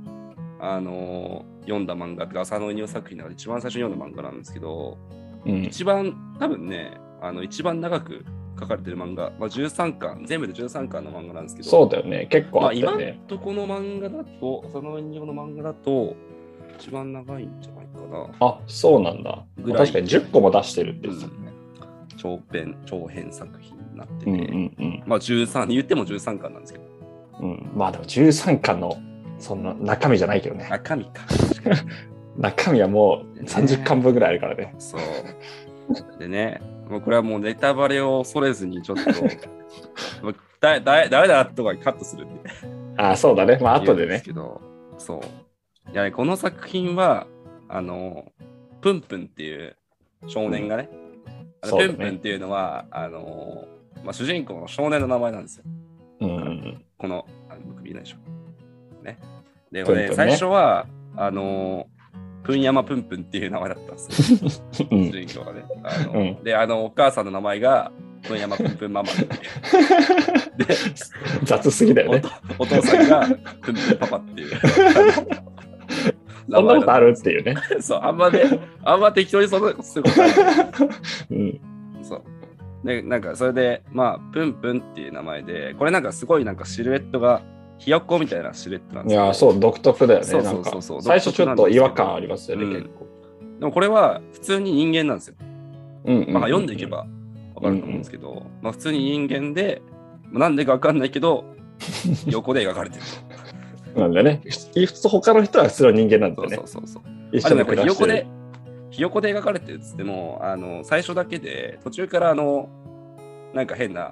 S1: あのー読んだ漫画っていうか、浅野稲夫作品の中で一番最初に読んだ漫画なんですけど、
S2: うん。
S1: 一番多分ねあの一番長く書かれてる漫画、まあ、13巻全部で13巻の漫画なんですけど
S2: そうだよね。結構
S1: ま
S2: あ
S1: あ、
S2: ったよ
S1: 今
S2: ね。
S1: んとこの漫画だとその人形の漫画だと一番長いんじゃないかな、
S2: あ、そうなんだ。
S1: ぐらい
S2: 確かに10個も出してるって
S1: う
S2: 言ってた。
S1: ん、長編長編作品になってて、
S2: うんうん
S1: まあ13言っても13巻なんですけど
S2: うん。うん。まあでも13巻の、そんな中身じゃないけどね。
S1: 中身
S2: *laughs*
S1: か
S2: 中身はもう
S1: ね
S2: 30巻分ぐらいあるからね。
S1: そうでねもうこれはもうネタバレを恐れずにちょっ
S2: *laughs*
S1: とまあだだ誰だとかカットするんで
S2: ああ、そうだね。まあ、後
S1: 言う
S2: で
S1: んす
S2: ね。
S1: けど、そう。いやね、この作品は、あの、プンプンっていう少年がね、あの
S2: そうだ
S1: プ
S2: ね
S1: ンプンっていうのは、あの、まあ、主人公の少年の名前なんですよ。
S2: うんうん
S1: この、あ僕見えないでしょ。ね。で、
S2: プンプンね
S1: 俺最初は、あの、プンヤマプンプンっていう名前だったんですよ。
S2: う
S1: 主
S2: ん。 *laughs*
S1: 人公がね。あの
S2: う
S1: で、あの、お母さんの名前が、プンヤマプンプンママ
S2: *laughs*
S1: っていう。で、
S2: 雑すぎだよ
S1: お
S2: ね
S1: と。お父さんが、プンプンパパ
S2: *laughs*
S1: っていう。
S2: そんなことあるっていうね。
S1: そう、あんまね、あんま適当にそんなことすることない。
S2: うん。
S1: *laughs* そう。で、なんかそれで、まあ、プンプンっていう名前で、これなんかすごいなんかシルエットが、ひよっこみたいなシルエットなん
S2: い
S1: です
S2: やー、
S1: う。
S2: そう、独特だよ
S1: そう
S2: ね。な
S1: そうん
S2: か
S1: そうそう、
S2: 最初ちょっと違和感ありますよね、
S1: うん
S2: 結構。
S1: でもこれは普通に人間なんですよ。
S2: うん
S1: まあ、読んでいけ。ばわかると思うんですけど、まあ、普通に人間で、まあなんでかわかんないけ
S2: *laughs*
S1: ど、横で描かれてる。
S2: なんだね。普通、他の人は普通の人間なん
S1: そ
S2: だよ
S1: う
S2: ね
S1: そ。うそうそう。
S2: 一
S1: あで
S2: 緒
S1: もやっぱひ
S2: に暮ら
S1: よ
S2: して
S1: こ
S2: る
S1: で。、ひよこで描かれてるっつっても、あの最初だけで、途中からあの、なんか変な、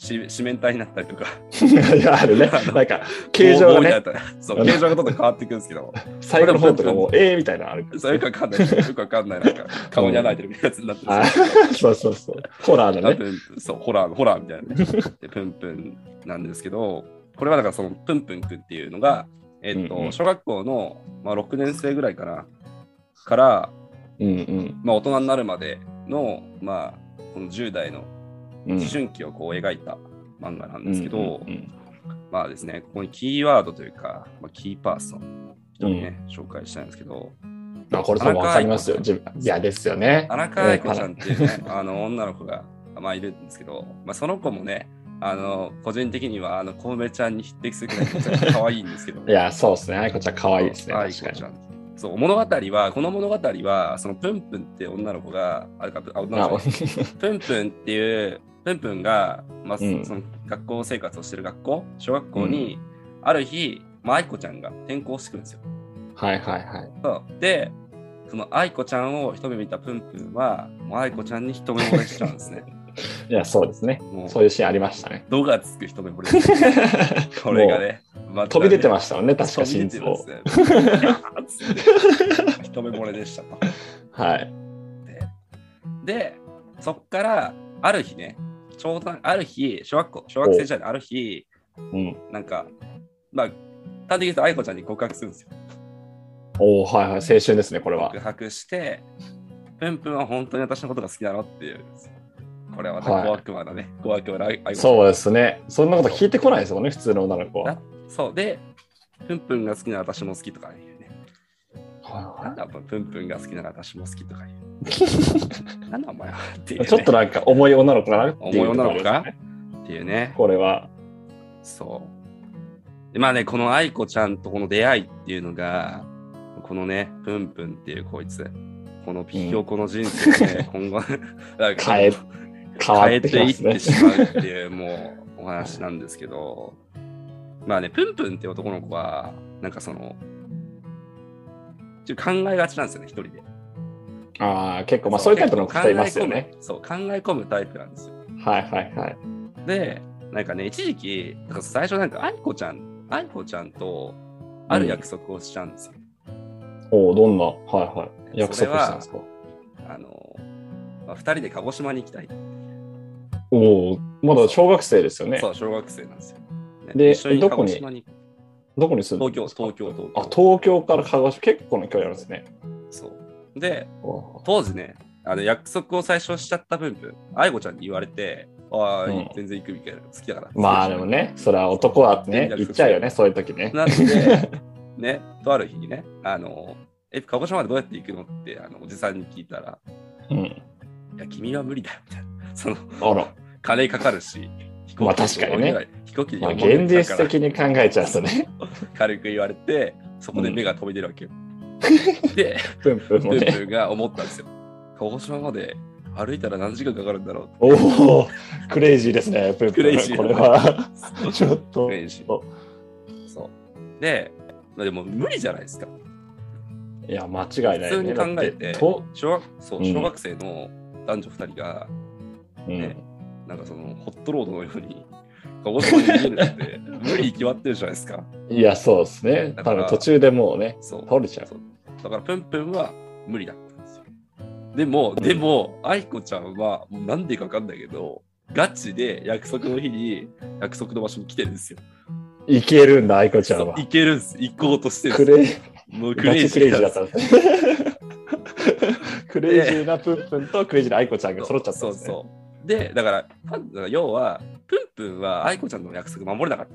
S1: し四面体になったりとか、
S2: *laughs* いや、あ
S1: *laughs*
S2: るね
S1: あの。
S2: なんか、形状
S1: *laughs* 棒
S2: が
S1: 棒みたいにな
S2: ね
S1: っ、たりそう、形状がどんどん変わっていくんですけど、
S2: 最後の方とかもう、ええみたいなのあるか
S1: そうよ
S2: ら
S1: く。わかんない、よくわかんない、なんか *laughs* 顔に穴開いてるみたいなやつになってるん
S2: あ
S1: ですよ。
S2: ーそうそうそう。ホラー
S1: 多
S2: だね。
S1: 分そう、ホラー、ホラーみたいなね。で、プンプンなんですけど、これはだからそのプンプンくんっていうのが、えっと、
S2: うんうん
S1: 小学校の、まあ、6年生ぐらいかな、から、
S2: うんうん。
S1: まあ、大人になるまで、の、まあ、この10代の
S2: うん
S1: 思春期をこう描いた漫画なんですけど、
S2: うんうん
S1: まあですね、ここにキーワードというか、まあ、キーパーソン、人にね、紹介したいんですけど、
S2: うんあこれ多分わかりますよ。
S1: 田
S2: 自分いやですよね
S1: 田。中愛子ちゃんっていうね、 *laughs* あの女の子が、まあ、いるんですけど、まあ、その子もね、あの個人的にはあの小梅ちゃんに匹敵するくらいめちゃくちゃ可愛いんですけど
S2: い、や、そうですね。愛子ちゃん *laughs* 可愛いですね。
S1: 愛
S2: 確
S1: 子
S2: か
S1: ち
S2: に
S1: ゃ。んそう物語は、この物語は、そのプンプンって女の子が、あれか、あ女の
S2: あ
S1: 子
S2: お
S1: プンプンっていう、プンプンが、まあ、そ
S2: うん
S1: その学校生活をしてる学校、小学校に、ある日、まあ、愛子ちゃんが転校してくるんですよ。
S2: *laughs* はいはいはい。
S1: そうで、その愛子ちゃんを一目見たプンプンは、もう愛子ちゃんに一目惚れしちゃうんです
S2: *laughs*
S1: ね。
S2: いや、そうですね。
S1: もう、
S2: そういうシーンありましたね。 *laughs*
S1: 度がつく一目惚れ。これがね、また
S2: 飛び出てま
S1: し
S2: したもんね、確か
S1: 飛び
S2: 心
S1: 出て
S2: 臓。
S1: ますね。キャーっつって一目惚れでしたと。
S2: はい。
S1: で、そっから、ある日ね、ちょうどある日、小学校、小学生時代のある日、
S2: うん。
S1: なんか、まあ、端的に言うと愛子ちゃんに告白するんですよ。
S2: おおはいはい、青春ですね、これは
S1: 告。白して、プンプンは本当に私のことが好きなのっていう。これはまた小悪魔だね。小悪魔の愛子ちゃん
S2: そうですね。そんなこと聞いてこないですもんね、普通の女の子は。
S1: だそうで、プンプンが好きなら私も好きとかいうね。なん
S2: は
S1: だお前、プンプンが好きなら私も好きとか言
S2: *laughs*
S1: う。なんだお前はっていう、
S2: いは
S1: ね。
S2: いちょっとなんか重い女の子かなってい
S1: 重
S2: う
S1: い女の子
S2: ところ
S1: か
S2: ですね
S1: っていうね。
S2: これは。
S1: そう。でまあね、この愛子ちゃんとこの出会いっていうのが、このね、プンプンっていうこいつ、このピッヒョコの人生を
S2: *laughs*
S1: ね、今後、なんか
S2: 変え変わ
S1: 変え
S2: ってき
S1: てい
S2: ま
S1: っ
S2: すね
S1: て。しまうっていう、もう、お話なんですけど、まあね、プンプンって男の子は、なんかその、ちょっと考えがちなんですよね、一人で。
S2: ああ、結構、まあそういうタイプの方いますよね。
S1: そう、考え込むタイプなんですよ。
S2: はいはいはい。
S1: で、なんかね、一時期、なんか最初なんか、愛子ちゃん、愛子ちゃんと、ある約束をしちゃうんですよ。
S2: おおどんな、はいはい。約束したんですか
S1: あの、まあ、2人で鹿児島に行きたい。
S2: おおまだ小学生ですよね
S1: そ。う、小学生なんですよ。ね
S2: で
S1: 一緒に
S2: ど
S1: 鹿
S2: こ
S1: 児
S2: に
S1: 島に
S2: どこに住ん
S1: 東
S2: でるん
S1: 京、
S2: ですか
S1: 東京、東京。
S2: あ、東京から鹿児島、結構な距離あるんですね。
S1: そう。で、
S2: お
S1: 当時ね、あの約束を最初しちゃった分分、愛子ちゃんに言われて、ああ、
S2: うん
S1: 全然行くみたいな、好きだから。
S2: まあでも。ね、それは男はね、言っちゃうよね、そういう時ね。
S1: なん
S2: *laughs*
S1: で、ね、とある日にね、あの、え、鹿児島までどうやって行くのって、あの、おじさんに聞いたら、
S2: うん。
S1: いや、君は無理だよ、みたいな。その、
S2: あら。
S1: 金かかるし、飛
S2: まあ確かにね。
S1: 飛行機で
S2: まあ、
S1: 4万
S2: 現
S1: 円かか
S2: 実
S1: る
S2: 的に考えちゃうと
S1: *laughs*
S2: ね、
S1: 軽く言われて、そこで目が飛び出るわけよ。で、
S2: プンプン
S1: ブ
S2: *laughs* も
S1: ンブ
S2: ね。
S1: ンが思ったんですよ。鹿児島まで歩いたら何時間かかるんだろう
S2: おお、クレイジーで
S1: *laughs*
S2: すね、プンプン。
S1: クレイジー
S2: こ
S1: *laughs*
S2: れは、ちょっと
S1: ク。レイジー
S2: お。
S1: そう。で、まあでも無理じゃないですか。
S2: いや、間違いない、ね。
S1: 普通に考えて
S2: だっと、
S1: 小学そう
S2: うん
S1: 小学生の男女2人が、
S2: うん
S1: ねなんかそのホットロードのように、鹿児島に逃げるなん
S2: *laughs*
S1: て、無理に決まってるじゃないですか。
S2: いや、そうですね。
S1: だ
S2: 多
S1: から
S2: 分途中でもうね、
S1: そう。
S2: 倒れちゃう。
S1: そうだから、プンプンは無理だったんですよ。でも、でも、愛子ちゃんは、もうなんでかわかんないけど、ガチで約束の日に、約束の場所に来てるんですよ。
S2: いけるんだ、愛子ちゃ
S1: そ
S2: ん
S1: う
S2: は。
S1: 行けるんです。行こうとしてるん
S2: ク
S1: です。
S2: レイ、
S1: もうク
S2: ガ
S1: レイジ
S2: チクレ
S1: ー
S2: イジ
S1: な
S2: ー
S1: ん
S2: だ
S1: で
S2: っ
S1: す
S2: たんですね。クレイジー
S1: *laughs*
S2: なプンプンとクレイジーな愛子ちゃんが揃っちゃったん
S1: そう
S2: です、ね。う
S1: そう。で、だから、ファンだから要は、プンプンは愛子ちゃんの約束守れなかっ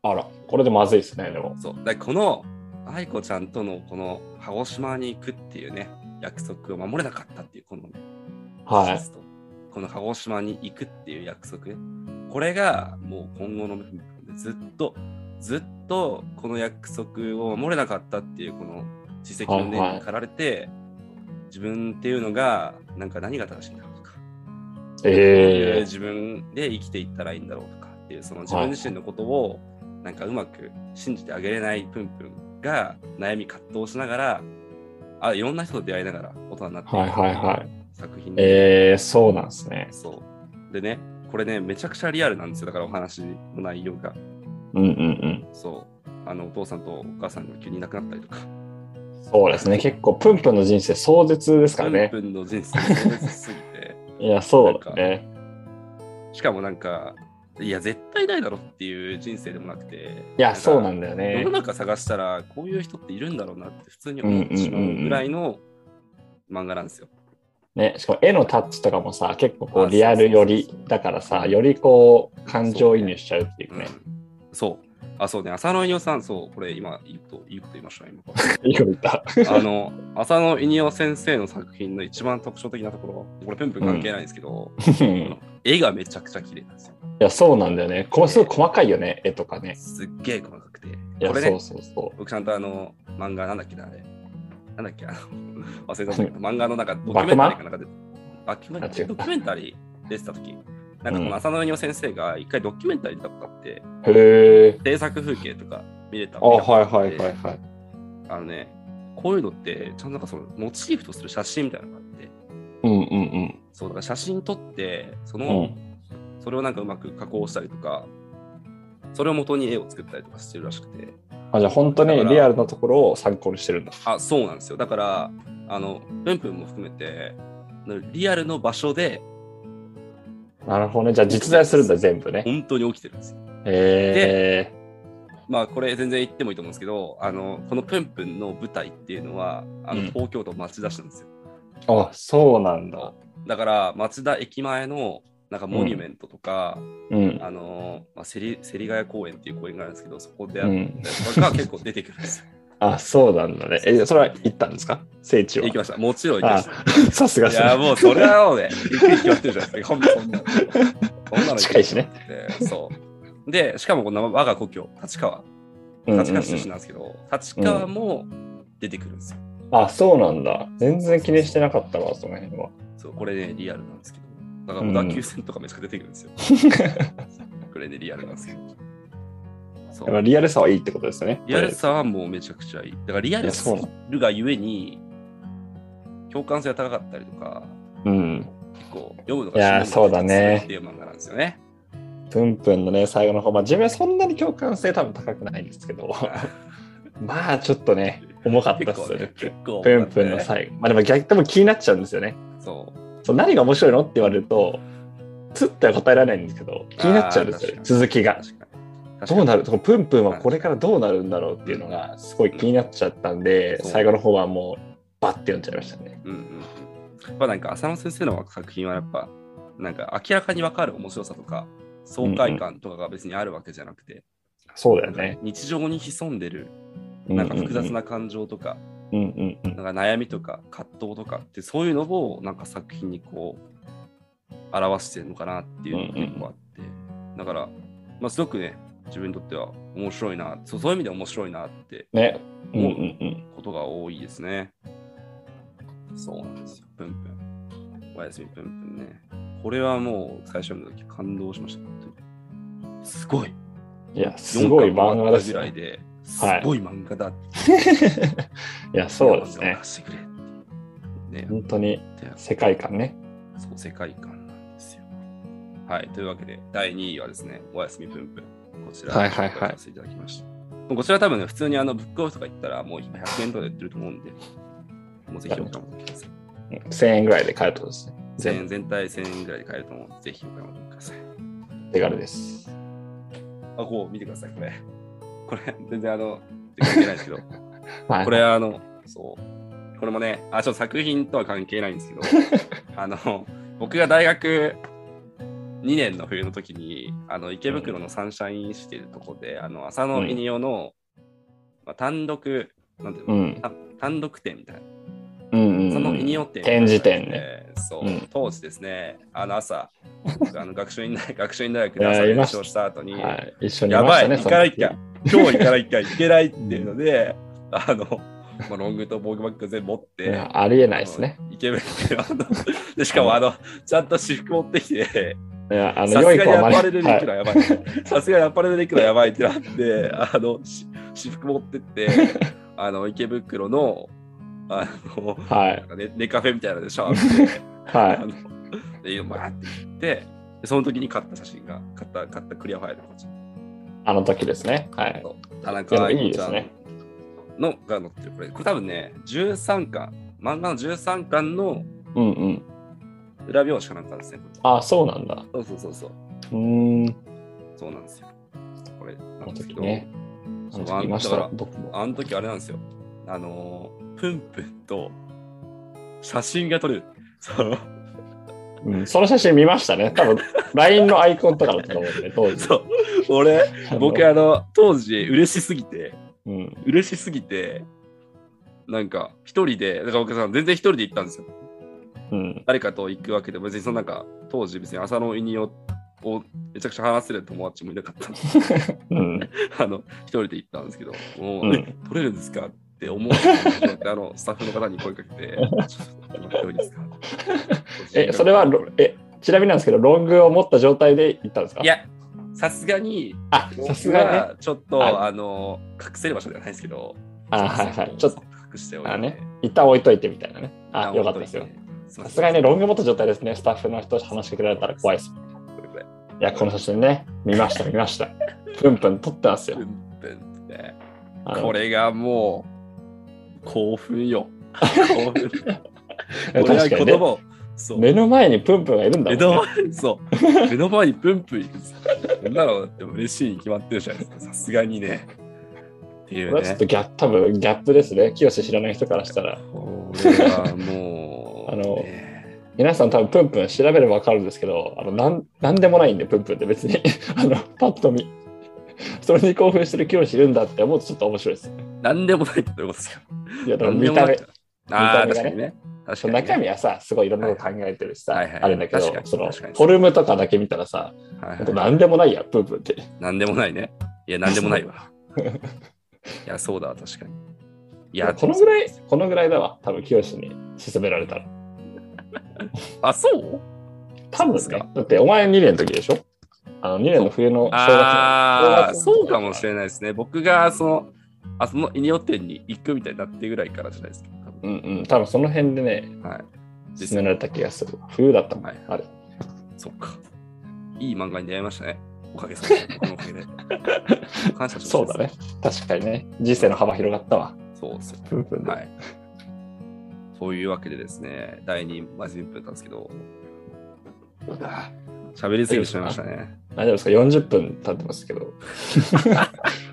S1: た。
S2: あら、これでまずいですね、でも。
S1: そう。だからこの、愛子ちゃんとのこの、鹿児島に行くっていうね、約束を守れなかったっていう、このね、
S2: はい。
S1: この鹿児島に行くっていう約束ね。これがもう今後の部分でずっとずっとこの約束を守れなかったっていうこの自責の念
S2: はいは
S1: に
S2: い
S1: 駆られて、自分っていうのがなんか何が正しいんだろうとか、
S2: え
S1: 自分で生きていったらいいんだろうとかっていうその自分自身のことをなんかうまく信じてあげれないプンプンが悩み葛藤しながらあいろんな人と出会いながら大人になって
S2: ー、はいはいはい。
S1: 作品で
S2: えー、そうなんですね。
S1: そう。でね、これね、めちゃくちゃリアルなんですよ。だからお話の内容が。
S2: うんうんうん。
S1: そう。あの、お父さんとお母さんが急にいなくなったりとか。
S2: そうですね、結構、プンプンの人生、壮絶ですからね。
S1: プンプンの人生壮絶すぎて。
S2: いや、そうだね。
S1: しかもなんか、いや、絶対ないだろっていう人生でもなくて。
S2: いや、そうなん
S1: だ、
S2: だよ
S1: 世
S2: ね
S1: の。中探したら、こういう人っているんだろうなって普通に思ってしまうぐらいの漫画なんですよ。
S2: ね、しかも絵のタッチとかもさ、結構こ
S1: あ
S2: うリアル寄
S1: そう
S2: り
S1: そうそうそう
S2: だからさ、よりこう感情移入しちゃうっていううね。
S1: んそう。あ、そうね。浅野稲夫さん、そう、これ今、いいこと、いいこと言いました
S2: *laughs*
S1: ね、今。
S2: いいこと言った。
S1: あの、浅野稲夫先生の作品の一番特徴的なところ、これ、プンプン関係ないんですけど、あの絵がめちゃくちゃ綺麗なんですよ。
S2: いや、そうなんだよね。こうすごい細かいよね、絵とかね。
S1: すっげえ細かくて。
S2: いや、
S1: これ
S2: そ
S1: ね
S2: う、そうそ
S1: 僕ちゃんとあの、漫画なんだっけな、あれ。なんだっけ、あの、 *laughs* 忘れたんだけ
S2: *laughs*
S1: ど、漫画の中、ドキュメンタリーかなんかで、あドキュメンタリ
S2: あ違
S1: ー
S2: う
S1: ドキュメンタリー出てた時なんかこ
S2: うん
S1: の浅野稲夫先生が一回ドキュメンタリー出たことあって、
S2: う。へえ。
S1: 制作風景とか見れた
S2: あ、はいはいはい
S1: い。
S2: はい。
S1: あのね、こういうのって、ちゃんとなんかそのモチーフとする写真みたいなのがあって、
S2: うんうん
S1: そうだから写真撮って、そ
S2: うん。う
S1: の、
S2: ん。
S1: それをなんかうまく加工したりとか、それを元に絵を作ったりとかしてるらしくて、
S2: あ、じゃあ本当にリアルなところを参考にしてるんだ。
S1: あ、そうなんですよ。だから、あの、プンプンも含めて、リアルの場所で
S2: なるほどね。じゃあ実在するんだ、全部ね。
S1: 本当に起きてるんですよ。
S2: へえ。
S1: まあ、これ全然言ってもいいと思うんですけど、あの、このプンプンの舞台っていうのは、あの
S2: うん
S1: 東京都町田市なんですよ。
S2: あ、そうなんだ。
S1: だから町田駅前のなんかモニュメントとか、
S2: うん。
S1: あのーまあ、セリセリガヤ公園っていう公園があるんですけどそこであ
S2: う
S1: ったり
S2: ん、
S1: とかが結構出てくるんですよ。
S2: あ、そうなんだね。え、それは行った *laughs* んですか聖地
S1: 行き
S2: は。
S1: ました。もちろん行きました。
S2: *laughs* さすが
S1: い
S2: ですね
S1: やもうそれはもうね、行くに決まってるじゃないですか。
S2: *laughs*
S1: ほんとそんなのそんなの
S2: 近いしね。
S1: でそう。で、しかもこの我が故郷、立川。
S2: うんうんうん
S1: 立川市出身なんですけど、立川も出てくるんですよ。
S2: あ、そうなんだ。全然気にしてなかったわ、その辺は。
S1: そう、これね、リアルなんですけど。だから小田急線とかめっちゃ出てくるん
S2: *laughs*
S1: ですよ。これね、リアルなんですけど。そ
S2: やっぱリアルさはいいってことですね。
S1: リアルさはもうめちゃくちゃいい。だからリアルす
S2: いやそ
S1: ぎるがゆえに、共感性が高かったりとか、
S2: うん。
S1: 結構読むの
S2: い
S1: が
S2: や
S1: しんどかったり
S2: そうだね
S1: するっていう漫画なんですよ
S2: *laughs*
S1: ね。
S2: プンプンのね、最後の方、まあ自分はそんなに共感性多分高くないんですけど、 *laughs* まあちょっとね、重かったっ
S1: 結構
S2: すよね
S1: ね。、結構
S2: プンプンの最後。まあでも逆でも気になっちゃうんですよね。
S1: そう。
S2: そう何が面白いのって言われると、つっては答えられないんですけど、気になっちゃうんですよ
S1: あー確か
S2: ね、
S1: に
S2: 続きが。
S1: 確かに。
S2: どうなる
S1: 確
S2: このプンプンはこれからどうなるんだろうっていうのがすごい気になっちゃったんで、
S1: そう
S2: 最後の方はもうバッて読んじゃいました
S1: か
S2: ね。
S1: にうんうんうん。やっぱなんか浅野先生の作品はやっぱ、なんか明らかにわかる面白さとか、爽快感とかが別にあるわけじゃなくて、
S2: そうだよ
S1: なん
S2: ね
S1: か。日常に潜んでる、なんか複雑な感情とか、
S2: うんうんうん。
S1: なんか悩みとか葛藤とかってそういうのをなんか作品にこう表してるのかなっていうのが結構あって、だから、まあ、すごくね自分にとっては面白いなそうそういう意味で面白いなって
S2: ね。うんうんうん。
S1: ことが多いですねそうなんですよプンプンおやすみプンプンねこれはもう最初の時感動しました本当にすごい
S2: いや、すごい漫画です
S1: ぐ
S2: よ。
S1: ら
S2: い
S1: いです
S2: はい
S1: ごい漫画だって、
S2: *laughs* や、そうです
S1: 漫画を
S2: ね
S1: 出。してくれっていうね
S2: 本当に
S1: で
S2: 世界観ね。
S1: そう、世界観なんですよ。はい、というわけで、第2位はですね、おやすみぷんぷん。こちら、
S2: はいはいはい
S1: 紹介させていただきました。もうこちら多分ね、普通にあの、ブックオフとか行ったら、もう今100円とかで売ってると思うんで、もうぜひお買い物ください。
S2: うん1000円ぐらいで買えるとですね。
S1: 全円全体1000円ぐらいで買えると思うんで、ぜひお買い物ください。
S2: 手軽です。
S1: あ、こう、見てください、これ。 *laughs* これ、全然あの、関係ないですけど、
S2: はい。
S1: これあの、そう、これもね、あ、ちょっと作品とは関係ないん *laughs* ですけど、あの、僕が大学2年の冬の時に、あの、池袋のサンシャインしてるとこで、あの、浅野いにおの、まあ、単独、なんていう
S2: う
S1: の、
S2: ん。
S1: た単独展みたいな、
S2: うんうん
S1: その
S2: う
S1: いに
S2: ん。
S1: お展。
S2: 展示展ね。
S1: そう、
S2: うん
S1: 当時ですね、あの朝、 *laughs* 僕あの学習院大学習院大学で朝
S2: いやい
S1: 練
S2: ました
S1: 習をした後に、
S2: はい。一緒に
S1: や
S2: 見ま
S1: ばい、
S2: したね。
S1: 行かないっ
S2: その時
S1: きゃ、今日行かないっきゃいけないっていうので、あの、まあ、ロングとボーグバッグ全部持っ
S2: い
S1: て、
S2: やありえないですね。
S1: イケメンであので、しかもあの、ちゃんと私服持ってきて、
S2: いや、あ
S1: さす
S2: の、
S1: が
S2: 良い
S1: に
S2: 子は
S1: ア
S2: 真似
S1: パレルで行くの
S2: はい
S1: はやばい。さすがにアパレルで行くのはやばいってなって、あの、し私服持って
S2: *laughs*
S1: って、あの、池袋の、あの、
S2: はい
S1: な。んかね、ネカフェみたいなのでシャワー浴びて、
S2: は
S1: あ
S2: い。
S1: の、で、今、バーって行って、でその時に買った写真が、買った、買ったクリアファイルがこっち
S2: あの時ですね。はい。
S1: 田
S2: いや
S1: 中
S2: でも
S1: 愛
S2: いい
S1: 理
S2: で
S1: ちゃ
S2: す
S1: ん
S2: ね。
S1: のが載ってるこれこれ多分ね13巻漫画の13巻の
S2: うんうん。
S1: 裏表紙かなんかなんですね
S2: あ、そうなんだ。
S1: そうそうそうそう
S2: うーん。
S1: そうなんですよこれな
S2: あ
S1: ん
S2: の
S1: ですけ
S2: 時
S1: ど
S2: ね。あ
S1: そう
S2: の時いまし
S1: だ
S2: た
S1: か、
S2: 僕も。
S1: らあの時あれなんですよあのープンプンと写真が撮れるそう
S2: うん、その写真見ましたね。
S1: *laughs*
S2: 多分 LINE のアイコンとかだったと思うんで、当時。
S1: そう俺
S2: あの
S1: 僕あの当時嬉しすぎて
S2: うん。
S1: 嬉しすぎてなんか一人でだから僕さ全然一人で行ったんですよ
S2: うん。
S1: 誰かと行くわけでも別にそのなんか当時別に朝のユニををめちゃくちゃ話せる友達もいなかったん *laughs* で
S2: うん。
S1: あの一人で行ったんですけどもう、
S2: うん
S1: え取れるんですかって思うあのスタッフの方に声かけて「ちょっと待ってもいいですか?」
S2: *laughs* え、それはロ、え、ちなみになんですけど、ロングを持った状態で行ったんですか
S1: い、やさすがに
S2: あ、さすがにね。
S1: にちょっと、
S2: はい
S1: あの隠せる場所ではないですけど
S2: あ、はいはい。ちょっと、
S1: 隠しておい
S2: あ
S1: て、
S2: のね一旦置いといてみたいなね。あ、よかったですよ。さすがにね、ロング持った状態ですね。スタッフの人話しかけられたら怖いです。
S1: これぐらい
S2: いや、この写真ね、見ました、見
S1: *laughs*
S2: ました。プンプン撮ってますよ
S1: プ。ンプンって
S2: あの
S1: これがもう興奮
S2: *laughs*
S1: よ興奮
S2: 確
S1: 俺
S2: か
S1: は
S2: にね
S1: 言葉をそう
S2: 目の前にプンプンがいるんだ
S1: 目
S2: もん
S1: の
S2: ね。
S1: 前にそう目の前にプンプンいくんですよそんなのだって嬉しいに決まってるじゃないですかさすがにねってい
S2: こ
S1: う
S2: れはちょ
S1: ね
S2: っとギャップ、多分ギャップですね。清瀬知らない人からしたら。
S1: これはもう
S2: あの
S1: ね
S2: 皆さん多分プンプン調べればわかるんですけど、あのなんなんでもないんで、プンプンって別に、 *laughs* あのパッと見。それに興奮してる教師いるんだって思うとちょっと面白いです。
S1: 何でもないってどういうことですか
S2: いやでも
S1: 何で
S2: 見
S1: も
S2: た
S1: ない
S2: 目
S1: って、ああ、
S2: 見
S1: 確
S2: た
S1: か
S2: 目が
S1: にね。確か
S2: そ
S1: に
S2: の
S1: ね、
S2: 中身はさ、すごいいろんなこと考えてるしさ、
S1: はいはいはい
S2: あるんだけど
S1: 確か、に
S2: その
S1: 確かに
S2: フォルムとかだけ見たらさ、
S1: はいはい
S2: 本当なんでもないや、プンプンって。
S1: なんでもないね。いや、なんでもない
S2: *laughs*
S1: わ。いや、そうだわ、確かに。いや、
S2: このぐらい、このぐらいだわ、多分教師に勧められたら。
S1: あ、そう
S2: 多分
S1: そうです
S2: ね
S1: か。
S2: だってお前2年の時でしょあの ?2 年の冬の正月
S1: ああ、そうかもし
S2: ない。
S1: れないですね。僕が、その、あその、イニオ店に行くみたいになってぐらいからじゃないですか。多分
S2: うんうん、多分その辺でね、
S1: はい。
S2: 勧められた気がする。冬だったもん、
S1: はい
S2: あれ。
S1: そっか。いい漫画に出会いましたね。おかげさまで。このおかげで。感謝します。
S2: そうだね。。確かにね。人生の幅広がったわ。
S1: そうそう。
S2: プンプンで。
S1: はい。そういうわけでですね、第2、まず1分経ったんですけど、喋りすぎてしまいましたね。
S2: 大丈夫ですか ?40 分経ってますけど。 *laughs*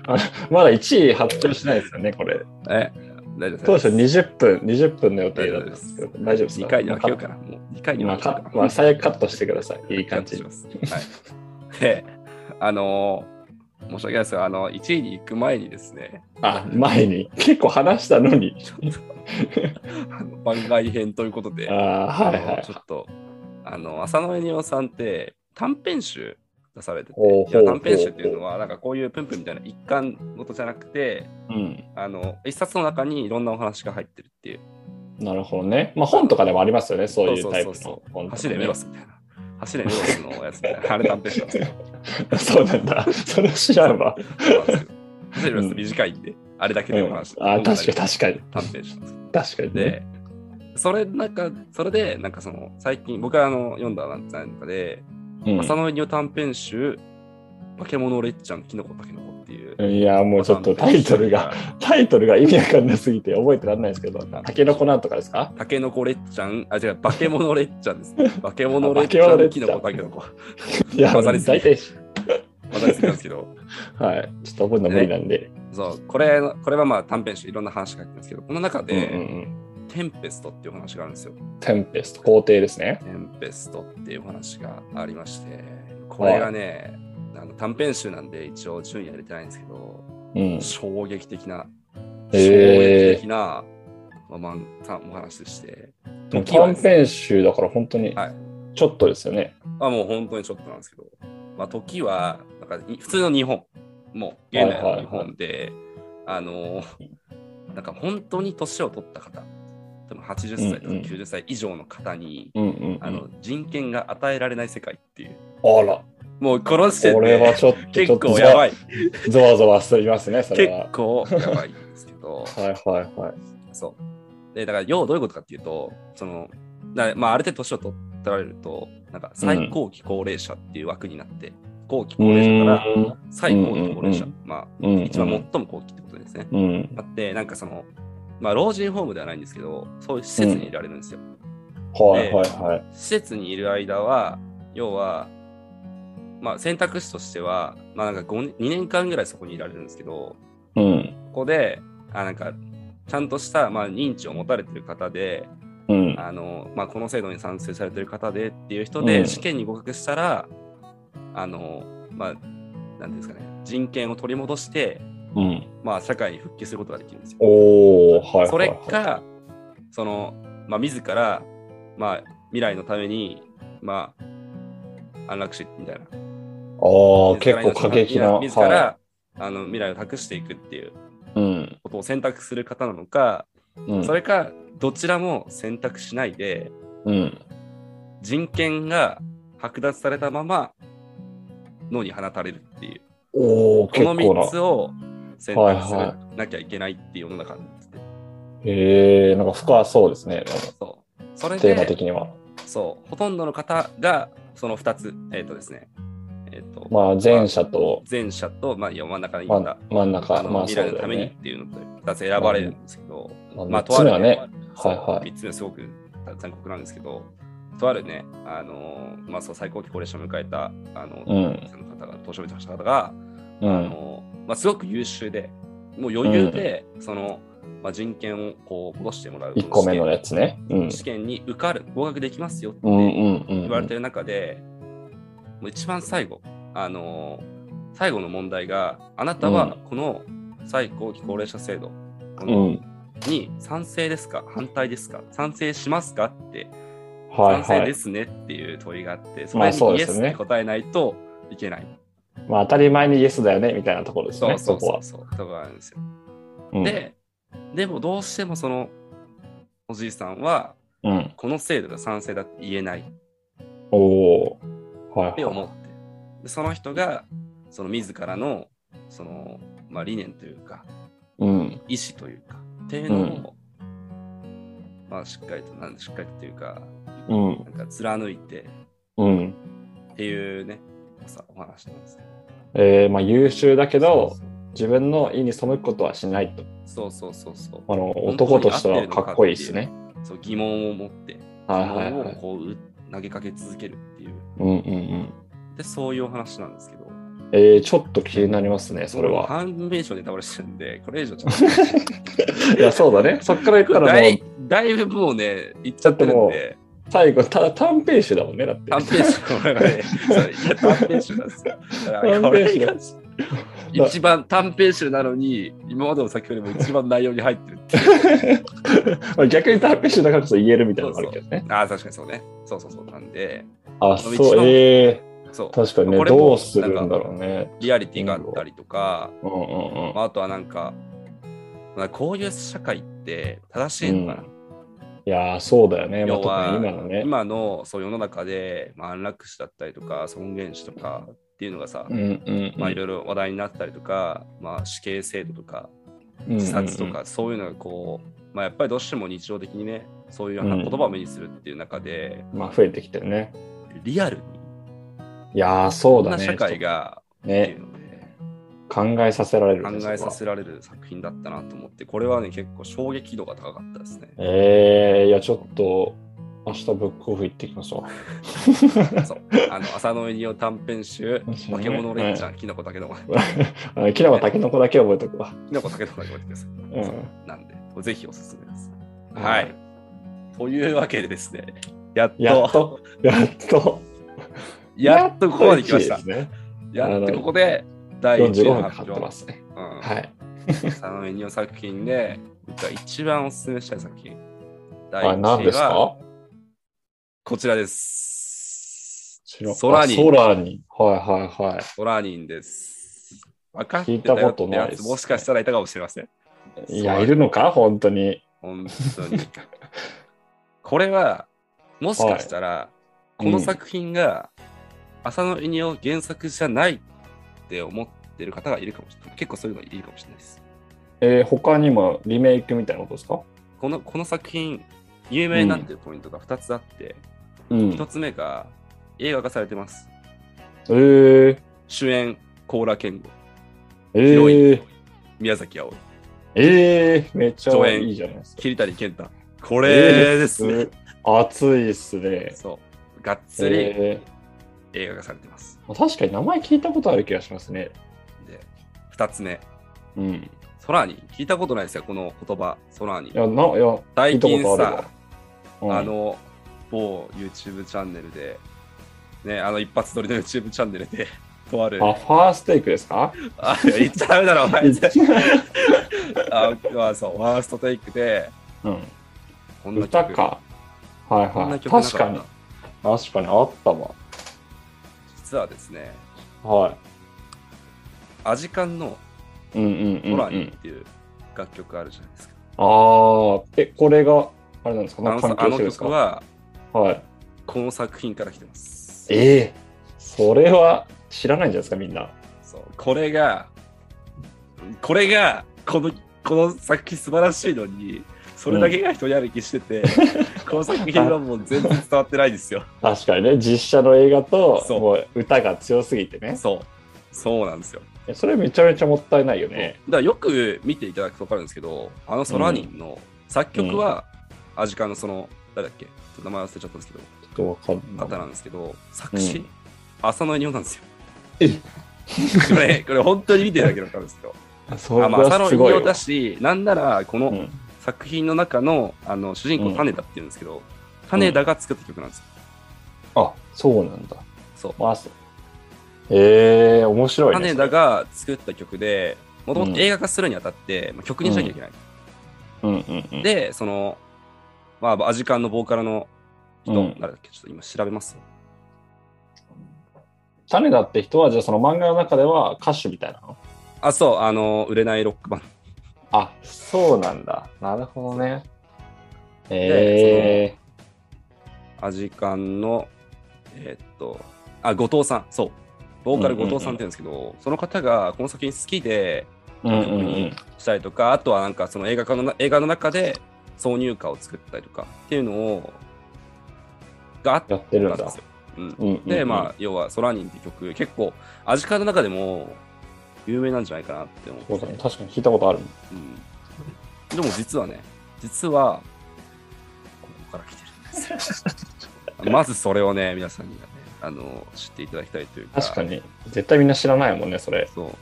S2: あまだ1位発表しないですよね、これ。
S1: え、大丈夫です。
S2: 当初20分、20分の予定だったんですけど、大丈夫ですか
S1: 2回に分けようかな。もう2回に
S2: 今
S1: 分けよう
S2: か
S1: か、な。
S2: まあ、最悪カットしてください。いい感じ
S1: し。ます。はい。 *laughs* で、あのー申し訳ないですが、あの、1位に行く前にですね、
S2: あ、前に。結構話したの
S1: *laughs*
S2: に。
S1: あの番外編ということで、
S2: ああ、はい
S1: あ
S2: は
S1: の
S2: い
S1: ちょ。っと、あの、浅野恵夫さんって短編集出されてて、
S2: おう
S1: いや
S2: ほう
S1: 短編集っていうのは、なんかこういうプンプンみたいな一巻ごとじゃなくて、
S2: うん。
S1: あの、一冊の中にいろんなお話が入ってるっていう、
S2: なるほどね。まあ本とかでもありますよね、そういうタイプ
S1: そうそう
S2: の本とか
S1: 走
S2: ね、
S1: れメロスみたいな。走れメロスのやつみたいな、あれ短編集なんですよ。
S2: *laughs* そうなんだ。それ知らんわ。
S1: そうなんですよ。例えば短いんで、あれだけ
S2: う
S1: で
S2: ん、
S1: も
S2: あ
S1: 話して、
S2: 確かに確か
S1: 短
S2: に。
S1: 編したんですよ
S2: 確かにね。
S1: で、それなんか、それで、なんかその、最近、僕があの読んだなんてなんかで、
S2: うん
S1: 浅野犬短編集、化け物レッチャン、キノコタケノコっていう。
S2: いや、もうちょっとタイトルが、。タイトルが意味わかんなすぎて覚えてらんないですけど、タケノコなんとかですか
S1: タケノコレッチャン、あ、違う、化け物レッチャンです
S2: *laughs*
S1: ね。化け物レッチ
S2: 化け物レ
S1: ャン、
S2: ッ
S1: キ
S2: チャン
S1: ノコタケノコ。
S2: いや、
S1: 混
S2: 大
S1: ざりすぎ
S2: 体、
S1: わかりすぎなんですけど。
S2: はい。ちょっと覚えるの無理なんで。
S1: そう、これ、これはまあ短編集、いろんな話が書いてますけど、この中で、
S2: うんうんうん
S1: テンペストっていうお話があるんですよ。
S2: テンペスト、皇帝ですね。
S1: テンペストっていうお話がありまして、これがね、あの短編集なんで一応順位やれてないんですけど、
S2: うん。
S1: 衝撃的な、衝
S2: へー
S1: 撃的な、まあ、漫画お話でして、
S2: でも
S1: 時は
S2: 短
S1: ですね
S2: 編集だから本当に
S1: はい、
S2: ちょっとですよね。
S1: まあ、もう本当にちょっとなんですけど、まあ、時はなんかい普通の日本、もう現代の日本で、あのーなんか本当に年を取った方、多分80歳とか
S2: うんうん
S1: 90歳以上の方に、
S2: うんうんうん。
S1: あの人権が与えられない世界っていう、
S2: あら、
S1: もうこの時点
S2: これは
S1: で
S2: ちょっと、ちょ
S1: 結
S2: っと
S1: 構やばい。
S2: ゾワゾワすりますね、それ
S1: 結
S2: は。、
S1: 構やばいんですけど
S2: はいはいはい。
S1: そう。で、だから、要はどういうことかっていうと、その、なまあ、ある程度年を取られると、なんか最高期高齢者っていう枠になって、後期高齢者から最高期高齢者、
S2: うん
S1: まあ、
S2: うん
S1: 一番最も後期ってことですね。
S2: うん。
S1: あって、なんかその、まあ、老人ホームではないんですけど、そういう施設にいられるんですよ。
S2: はいはいはい。
S1: 施設にいる間は、要は、まあ、選択肢としては、まあ、なんか5 2年間ぐらいそこにいられるんですけど、
S2: うん。
S1: ここであなんかちゃんとした、まあ、認知を持たれてる方で
S2: うん。
S1: あのまあ、この制度に賛成されてる方でっていう人で、
S2: うん
S1: 試験に合格したら、あの、まあ、なんていうんですかね、人権を取り戻して、
S2: うん。
S1: まあ、社会に復帰することができるんですよ。
S2: おー、はいはい、はい。
S1: それか、その、まあ、自ら、まあ、未来のために、まあ、安楽死みたいな。
S2: ああ、
S1: 自
S2: 結
S1: ら
S2: 構過激な。
S1: 自ら、
S2: は
S1: あの未来を託していくっていう
S2: い、うん。
S1: ことを選択する方なのか、
S2: うん。
S1: それか、どちらも選択しないで、
S2: うん。
S1: 人権が剥奪されたまま脳に放たれるっていう、
S2: おお、
S1: こ
S2: 結
S1: の
S2: 構
S1: 3つ
S2: な。
S1: を選択する、
S2: はいは
S1: なきゃいけないっていう世の中なんですね。
S2: ええー、なんか深そうですね。
S1: そう。それ
S2: テーマ
S1: で、
S2: 的には。
S1: そう、ほとんどの方がその2つ、えっ、とですね、えっ、と、
S2: まあ、前者と
S1: 前者と、まあ、真ん中にい
S2: 真
S1: た、
S2: ん真ん中。
S1: あの
S2: まあ、
S1: 未
S2: そう
S1: 来
S2: だ
S1: のた
S2: よ
S1: めにっ
S2: ね。
S1: ていうのと2つ選ばれるんですけど、
S2: まあ、
S1: まあ、
S2: 三
S1: とあ
S2: つ目
S1: る
S2: はね。はいはい
S1: 3つ目はすごく残酷なんですけど、とあるね、あのまあ、そう最高期高齢者を迎えた、あの、
S2: うん。
S1: その方が、年老いた方が、
S2: う
S1: あ
S2: ん。
S1: のまあ、すごく優秀で、もう余裕で、その、まあ、人権をこう戻してもらう
S2: 一個目のや
S1: つ、
S2: つね。うん。
S1: 試験に受かる、合格できますよって
S2: うん
S1: 言
S2: うんうん。
S1: われてる中で、もう一番最後、あの最後の問題が、あなたはこの最高期高齢者制度
S2: うん。
S1: に賛成ですか、反対ですか、賛成しますかって、
S2: はい
S1: 賛成
S2: は
S1: で
S2: い。
S1: すねっていう問いがあって、そ
S2: ま
S1: れ
S2: あそう
S1: にイ
S2: で
S1: エ
S2: す
S1: ス
S2: よ
S1: っ
S2: ね
S1: て答えないといけない。
S2: まあ、当たり前にイエスだよね、みたいなところです
S1: そ
S2: ね、
S1: うそ
S2: そうこ
S1: そ
S2: は
S1: う。そう、とかあるんですよ。
S2: うん、
S1: で、でもどうしてもそのおじいさんは、
S2: うん。
S1: この制度が賛成だって言えないっ
S2: おお。はいはい。
S1: て思って、でその人が、その自らの、その、まあ、理念というか、
S2: うん。
S1: 意思というか、っていうのを、まあ、しっかりと、なんでしっかりというか、
S2: うん。
S1: なんか貫いて
S2: うん。
S1: っていうね、さお話なんですけど。
S2: えー、まあ優秀だけど
S1: そう
S2: 自分の意に背くことはしないと
S1: そうそうそうそう
S2: あの
S1: 本当に
S2: 男としてはかっこいいですね
S1: そう疑問を持って、
S2: はいはい
S1: 疑
S2: は
S1: 問を
S2: い
S1: こうう投げかけ続けるっていう、
S2: うんうんうん
S1: でそういうお話なんですけど、
S2: えー、ちょっと気になりますねそれは
S1: 半弁ネタバレしてるんで、これ以上ちょっ
S2: *laughs* いやそうだねそっから言った
S1: と。
S2: ら
S1: だ
S2: もう
S1: いだいぶもうね、言っちゃってるんで、
S2: 最後た短編集だもんねだって
S1: 短編集これがね、そういや短編集なんですよ。だからこれが
S2: 短編
S1: 一番短編集なのに、今までの先ほども一番内容に入ってるっていう。
S2: *laughs* まあ逆に短編集だからこそ言えるみたいなのがあるけどね
S1: ああ、確かにそうね。そうそうそう。なんで、
S2: あ
S1: そう
S2: そ
S1: 一
S2: う
S1: 番
S2: え
S1: そう
S2: ー、。確かにね
S1: これも
S2: どうするんだろうね
S1: リアリティがあったりとか、
S2: うんうんうん
S1: まあ、あとはなんか、まあ、こういう社会って正しいのかな、
S2: いやーそうだよね、まあ、
S1: 要
S2: 特
S1: は
S2: に今のね
S1: 今のそう世の中で、まあ、安楽死だったりとか尊厳死とかっていうのがさ、
S2: うんうん
S1: まあ、いろいろ話題になったりとか、まあ、死刑制度とか自殺とかそういうのがこう、まあ、やっぱりどうしても日常的にねそういうような
S2: うん
S1: 言葉を目にするっていう中で、
S2: うんうんまあ増えてきてるね
S1: リアルに
S2: いやーそ
S1: こ
S2: うんだ
S1: な
S2: ね
S1: 社会がってい
S2: ね
S1: うので
S2: 考えさせられる
S1: 考
S2: ね
S1: えさ
S2: そ
S1: せられる作品だったなと思ってこれはね結構衝撃度が高かったですね。
S2: こはえー、いやちょっと明日ブックオフ行ってきましょ *laughs*
S1: *laughs* そう。あの、浅野稲夫短編集、
S2: う
S1: 化け物レンチャ
S2: ン
S1: ー、キノコタ
S2: *laughs*
S1: ケノコ、キ
S2: 昨日はタケノコだけ覚えとくわ、
S1: ノコタケノコだけ覚えてくださ
S2: う、
S1: そうんい。なんで、これぜひおすすめです。
S2: うん
S1: はい。というわけでですね、やっと、
S2: や
S1: や
S2: っとやっと
S1: っとここまで来ました
S2: やっ。 *laughs* と一位ですね
S1: やっとここで、第1
S2: 45
S1: 位の
S2: 分か
S1: 発
S2: かって
S1: 表。
S2: ますね
S1: うん
S2: はい
S1: 浅野稲夫作品で、僕が一番おすすめしたい作品。第
S2: あ何
S1: 1位
S2: です
S1: は、
S2: か
S1: こちらです。ソ
S2: ソ
S1: ラ
S2: ラ
S1: ニ
S2: ニ
S1: ン
S2: ンソラニンはいはいはい
S1: ソラニンです。分かって
S2: 聞い
S1: た
S2: た
S1: よ
S2: こ
S1: って
S2: とない
S1: や
S2: です
S1: つ、もしかしたらいたかもしれません。
S2: いや、いるのか本当に。
S1: 本当に。これは、もしかしたら、
S2: い
S1: この作品が、浅野稲を原作じゃないって思ってる方がいるかもしれない。結構そういうのがいるかもしれないです。
S2: えー、他にもリメイクみたいなことですか
S1: このこの作品、有名になってるポイントが2つあって、
S2: うん
S1: 1つ目が映画化されてます。
S2: えー、
S1: 主演、高良健吾、
S2: え
S1: ヒロイン
S2: ー、
S1: 宮崎あおい、
S2: えー、めっち
S1: 上
S2: ゃ
S1: 演
S2: いいじゃないですか。
S1: 桐谷健太。これですね。
S2: ね。熱いっすね。
S1: そう。がっつり
S2: え
S1: 映画化されてます。
S2: ー確かに名前聞いたことある気がしますね。
S1: で、2つ目。
S2: うん。
S1: ソラーニ聞いたことないですよ、この言葉、ソラーニ
S2: いや、な、いや、聞
S1: 最
S2: いたこ
S1: 近
S2: とある
S1: さ
S2: わ、うん
S1: あの某 YouTube チャンネルで、ね、あの一発撮りの YouTube チャンネルで、とある、
S2: あ、ファーストテイクですか
S1: あ、いや言っちゃダメだろ、お前。
S2: *laughs* う
S1: あまあ、そう、ワーストテイクで、
S2: ん。
S1: こんな
S2: 歌
S1: 曲、
S2: か。はい
S1: こん
S2: は。
S1: ない曲な
S2: 確
S1: か
S2: か
S1: っ
S2: に
S1: た。。
S2: 確かにあったわ。
S1: 実はですね、
S2: は
S1: アジカンの
S2: い。うんうんうん、
S1: ホ
S2: う
S1: ラーにっ
S2: ん。
S1: ていう楽曲あるじゃないですか。
S2: ああ、え、これが、あれなんですか
S1: あ
S2: なん
S1: の
S2: か
S1: さ
S2: 関
S1: あ
S2: 係し
S1: の
S2: てるんですか
S1: 曲は、
S2: はい。
S1: この作品から来てます。
S2: ええそれは知らないんじゃないですか、みんな。
S1: そうこれが、これが、この、この作品素晴らしいのに、それだけが一人歩きしてて、 *laughs* この作品はもう全然伝わってないんですよ。
S2: 確かにね、実写の映画と
S1: そう
S2: もう歌が強すぎてね。
S1: そう。そうなんですよ。
S2: えそれめちゃめちゃもったいないよね。
S1: だからよく見ていただくと分かるんですけど、あのソラニンの作曲は、アジカンのその、誰だっけちょっと名前忘れちゃったんですけど、
S2: ちょっとわかんない。
S1: 方なんですけど、作詞、
S2: うん
S1: 浅野日本なんですよ。 *laughs*
S2: え
S1: これ、これ本当に見ていただけると分かるんです
S2: *laughs*
S1: けど、
S2: あそれ
S1: あまあ浅
S2: は
S1: 野
S2: す
S1: 日
S2: ごい
S1: 本
S2: わ
S1: だ。し、なんならこの、
S2: うん
S1: 作品の中のあの主人
S2: う
S1: 公、
S2: ん
S1: 種田っていうんですけど、種田が作った曲なんですよ。
S2: あ、そうなんだ。
S1: そう
S2: まあ、そうええ面白いね。
S1: 種
S2: それ
S1: 田が作った曲で、もとも
S2: うん
S1: と映画化するにあたって、まあ、曲にしなきゃいけない。
S2: うんうんうん。
S1: で、その、まあ、アジカンのボーカルの人、
S2: うん
S1: 誰だっけ、ちょっと今調べます。
S2: 種田って人は、じゃあその漫画の中では歌手みたいなの
S1: あ、そう、あの、売れないロックバンド。
S2: あ、そうなんだ。なるほどね。
S1: で
S2: え
S1: アジカンの、えーっと、あ、後藤さん、そう。ボーカル
S2: うんうん
S1: 後
S2: うん
S1: 藤さんって言うんですけど、その方がこの作品好きで
S2: ー、うんうんうん。
S1: したりとか、あとはなんかその映画化のな映画の中で挿入歌を作ったりとかっていうのを、があっ
S2: やってる
S1: なん
S2: んだ
S1: で。すよ。うん、
S2: うんうんうん
S1: で、まあ、要は、ソラニンって曲、結構、アジカンの中でも有名なんじゃないかなって思って
S2: そうだね。確かに聞いたことあるもん。
S1: うん、でも実はね、実は、ここから来てるんです
S2: *laughs*
S1: よ。まずそれをね、皆さんにはね、あの、知っていただきたいというか、
S2: 確かに。絶対みんな知らないもんね、それ。
S1: そ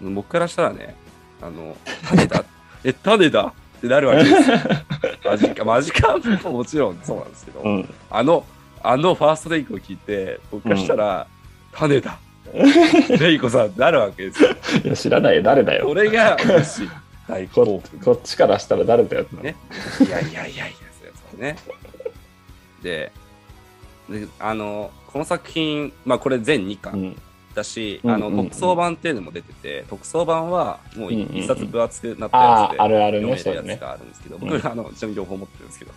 S1: う。僕からしたらね、あの、種だ、 *laughs* え、種だってなるわけ
S2: *laughs*
S1: ですよ。マジか、マジかももちろんそうなんですけど、
S2: うん。
S1: あの、あのファーストレイクを聞いて、僕からしたら、種だ。レイコさん、なるわけですよ。
S2: いや知らないよ、誰だ
S1: こ
S2: よ。
S1: れ
S2: *laughs*
S1: が嬉しい。大興
S2: こ
S1: 奮。
S2: こっちからしたら誰だよってなる
S1: ねいやいやいやいや、そうね。で、であの、この作品、まあこれ全2
S2: う
S1: 巻
S2: ん。
S1: だし、
S2: うん
S1: あの、
S2: うんうん
S1: 特装版っていうのも出てて、特装版はもう
S2: うんうんうん
S1: 1冊分厚くなったや
S2: あ
S1: つで
S2: あ、あるある
S1: 読
S2: ね、
S1: め
S2: そうだ
S1: るや
S2: ね
S1: つ。があるんですけど、
S2: うん
S1: 僕、あの、ちなみに両方持ってるんですけど、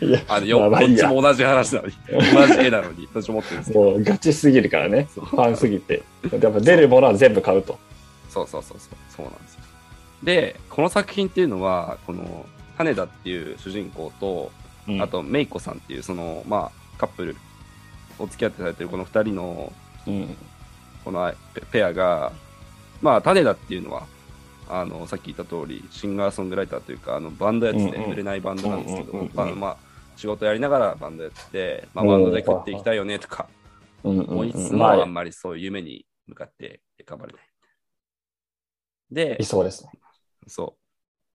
S2: いや、 *laughs*
S1: あの、よ
S2: まあ
S1: こ
S2: まあ
S1: っ
S2: いい
S1: ち
S2: や
S1: も同じ話
S2: *laughs*
S1: なのに、同じ絵なのに、どっちも持ってるんですけど、
S2: もうガチすぎるからね。
S1: そう
S2: ファンすぎて。やっぱ出るものは全部買うと。
S1: そうそうそうそう、そうなんですよ。で、この作品っていうのは、この、種田っていう主人公と、
S2: うん
S1: あ、と、メイコさんっていう、その、まあ、カップル、お付き合ってされてるこの2人の、
S2: うん。
S1: このあペペアが、まあ、種田っていうのは、あの、さっき言った通り、シンガーソングライターというか、あの、バンドやってて、
S2: うんうん
S1: 売れないバンドなんですけど、
S2: うんうんうんうん
S1: まあまあ、仕事やりながらバンドやってて、まあ、
S2: うん
S1: バンドで食っていきたいよねとか、
S2: うんうん
S1: 思いつつ
S2: う
S1: も、
S2: ん。ま
S1: あ
S2: あ
S1: ん、まりそういう夢に向かって頑張れない。で
S2: い、そうですね。
S1: そ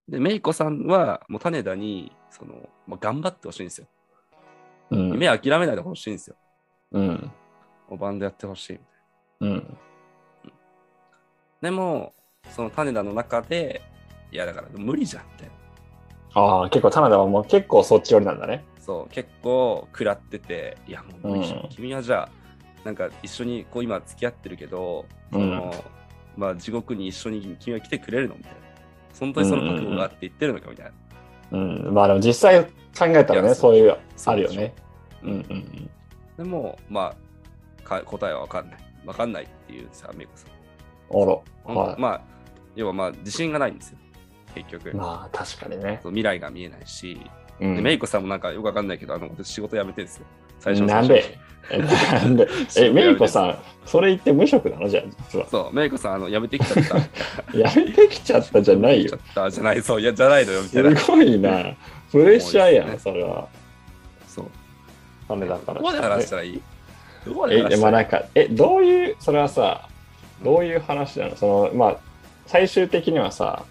S1: う。で、メイコさんは、もう種田に、その、まあ、頑張ってほしいんですよ。
S2: うん。
S1: 夢諦めないでほしいんですよ。
S2: うん。
S1: もうバンドやってほしい。
S2: うん。
S1: でも、その種田の中で、いやだから無理じゃんって。
S2: ああ、結構、田辺はもう結構そっち寄りなんだね。
S1: そう、結構食らってて、いやもう無理じゃん。
S2: うん
S1: 君はじゃあ、なんか一緒にこう今付き合ってるけど、その、まあ地獄に一緒に君は来てくれるのみたいな。本当にその覚悟があって言ってるのかみたいな。
S2: うん。まあでも実際考えたら
S1: いや
S2: ね、そういう、
S1: そう
S2: あるよね。
S1: う
S2: うんんうん
S1: でも、まあか答えはわかんない。わかんないっていうさ、メイコさん。
S2: うん。あら。
S1: 本当
S2: は
S1: にまあ、要はまあ自信がないんですよ。結局。
S2: い。まあ、確かにね
S1: そ。う未来が見えないし、
S2: う
S1: で
S2: ん
S1: メイコさんもなんかよくわかんないけど、あの私仕事辞めてるんですよ。最初の最初
S2: なんでえな
S1: *laughs*
S2: んでえ、メイコさ
S1: ん。
S2: ん、それ言って無職なのじゃあ、実は。
S1: そう、メイコさん、あの、辞めてきちゃった。
S2: やめてきちゃったじゃない
S1: 辞
S2: よ
S1: め。てきちゃったじゃない、そう、いや、じゃないのよ、みたいな。
S2: すごいな。プレッシャーや
S1: 多いで
S2: ん、
S1: す
S2: それは。
S1: そう。
S2: ダメだから。
S1: どこで話したらいいどこで
S2: え、
S1: 話
S2: で
S1: した
S2: も
S1: ら
S2: ないんか、え、どういう、それはさ、どういう話なのその、まあ、最終的にはさ、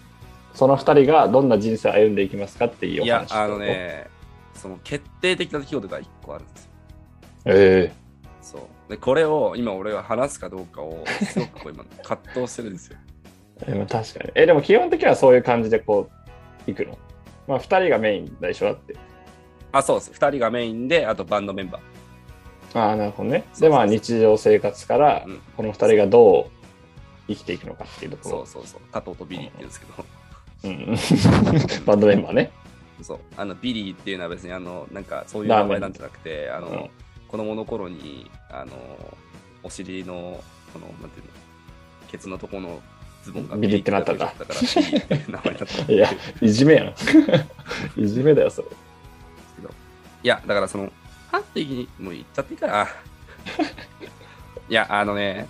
S2: その2人がどんな人生を歩んでいきますかっていうお
S1: いや
S2: 話、
S1: あのね、その決定的な出来事が1個あるんですよ。
S2: え
S1: そうでこれを今俺は話すかどうかをすごくこう今葛藤してるんですよ。
S2: えでも確かにえでも基本的にはそういう感じでこう行くのまあ2人がメインでしょだって
S1: あ、そうです。2人がメインで、あとバンドメンバー。
S2: ああなるほどね
S1: そうそうそう
S2: でまあ日常生活から
S1: うん
S2: この2人がどう生きていくのかっていうとこ
S1: そ
S2: ろ
S1: うそうそう。加藤とビリーって言うんですけど。
S2: うん *laughs* バンドメンバーね
S1: そう。あの、ビリーっていうのは別に、あの、なんかそういう
S2: ラーメ
S1: 名
S2: ン
S1: 前なんじゃなくて、あの、
S2: うん
S1: 子供の頃に、あの、お尻の、この、なんていうの、ケツのとこのズボンが
S2: ビリってなったんだ
S1: ビリってなっちゃったから、ビリーって名前になったん
S2: いやいじめやん *laughs* いじめだよそれ
S1: ですけど。いや、だからその、端的に、もう言っちゃっていい
S2: *laughs*
S1: から。いや、あのね、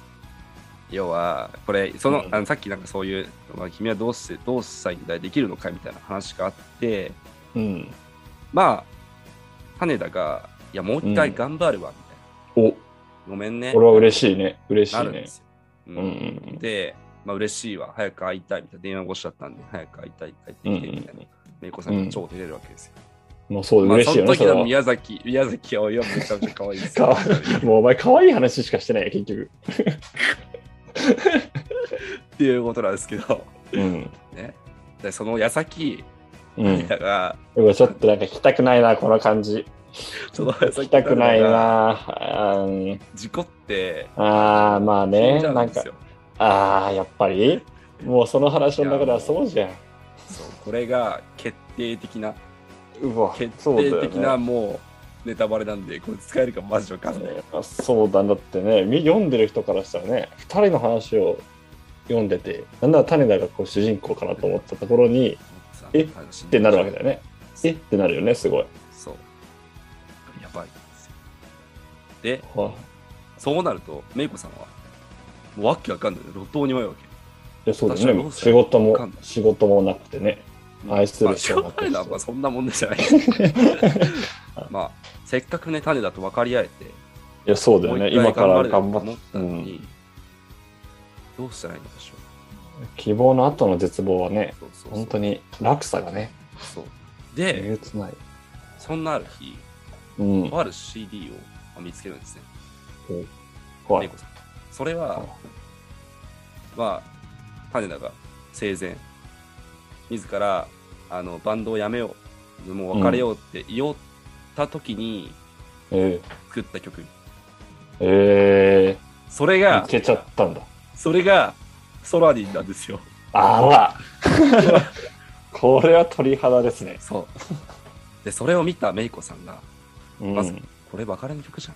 S1: 要は、これ、その、
S2: うん
S1: あのさっきなんかそういう、まあ、君はどうして、どうしたいんだいできるのかみたいな話があって、
S2: うん
S1: まあ、羽田が、いや、もう一回
S2: うん
S1: 頑張るわ、みたい
S2: お
S1: な。ごめんね。
S2: 俺は嬉しいね嬉し
S1: ないるんで
S2: ね
S1: すよ。
S2: う
S1: うん
S2: んうん
S1: で、まあ、嬉しいわ。早く会いたい、みたいな。電話越しだったんで、早く会いたい、帰ってきて、みたいな。めいこさんが超出れるわけですよ。
S2: うんもうそう
S1: まあ、
S2: 嬉し
S1: そ
S2: いよ
S1: の
S2: ねそ
S1: 時
S2: れ
S1: の
S2: は
S1: 宮崎、宮崎葵はめちゃめちゃ可愛いです
S2: *laughs* か
S1: よ。
S2: わ
S1: *laughs*
S2: もうお前可愛い話しかしてないよ結局
S1: っていうことなんですけど、
S2: うん
S1: ね。で、その矢先、
S2: うん
S1: みたが、
S2: うわちょっとなんか聞きたくないなこの
S1: *laughs*
S2: 感じ
S1: その矢
S2: 聞き
S1: 先、
S2: たくない。なあー
S1: 事故って、
S2: あーまあ
S1: 死
S2: ね
S1: んじゃ
S2: な
S1: うん
S2: ん
S1: で
S2: か
S1: すよ。
S2: ああやっぱりもうその話の中ではそうじゃん
S1: そう、これが決定的な、
S2: うわ
S1: 決
S2: そうだ
S1: 定
S2: よ
S1: 的
S2: ね
S1: な、もう、ネタバレなんで、これ使えるかマジわかんない。
S2: あそうだだってねみ読んでる人からしたらね2人の話を読んでてなんなら種田がこう主人公かなと思ったところにえ
S1: っ
S2: ってなるわけだ
S1: よ。
S2: よねえってなるよねすごい
S1: そう。やばいんですよ。で、
S2: わ
S1: そうなると、めいこさんは、もうわけわかんない。路頭に迷うわけ。
S2: いやそうだ
S1: 確かに
S2: よ
S1: ど
S2: ね
S1: うす
S2: 仕
S1: る
S2: 事
S1: わか
S2: も
S1: んない
S2: 仕事もなくてね愛す
S1: ま
S2: る
S1: あ、し
S2: 人
S1: ょう
S2: もな
S1: がないのはまあ
S2: くて
S1: そんなもんじゃ
S2: *laughs*
S1: ない。まあ、せっかくね、種だと分かり合えて、
S2: いやそうだ
S1: も
S2: よ
S1: う
S2: ね
S1: 一回
S2: 今から頑
S1: と
S2: 張
S1: 思
S2: っ
S1: った
S2: て、
S1: の
S2: うん、
S1: に、どうしたらいいのでしょ
S2: 希望の後の絶望はね
S1: う。そうそうそう
S2: 本当に落差がね
S1: そう。
S2: え
S1: で、
S2: げつない、
S1: そんなある日、
S2: うん、
S1: とある CD を見つけるんですね。
S2: 怖
S1: レイ
S2: い
S1: コさんそれは、まあ、種田が生前、自らあのバンドをやめよう、もう別れようって言おった時に
S2: え
S1: 作った曲。
S2: ええ
S1: それ
S2: え
S1: が
S2: い、けちゃったんだ
S1: それが、ソラディなんですよ。
S2: あ
S1: *laughs*
S2: らこれは鳥肌ですね。
S1: そう。で、それを見たメイコさんが、
S2: うん。
S1: まずこれ別れの曲じ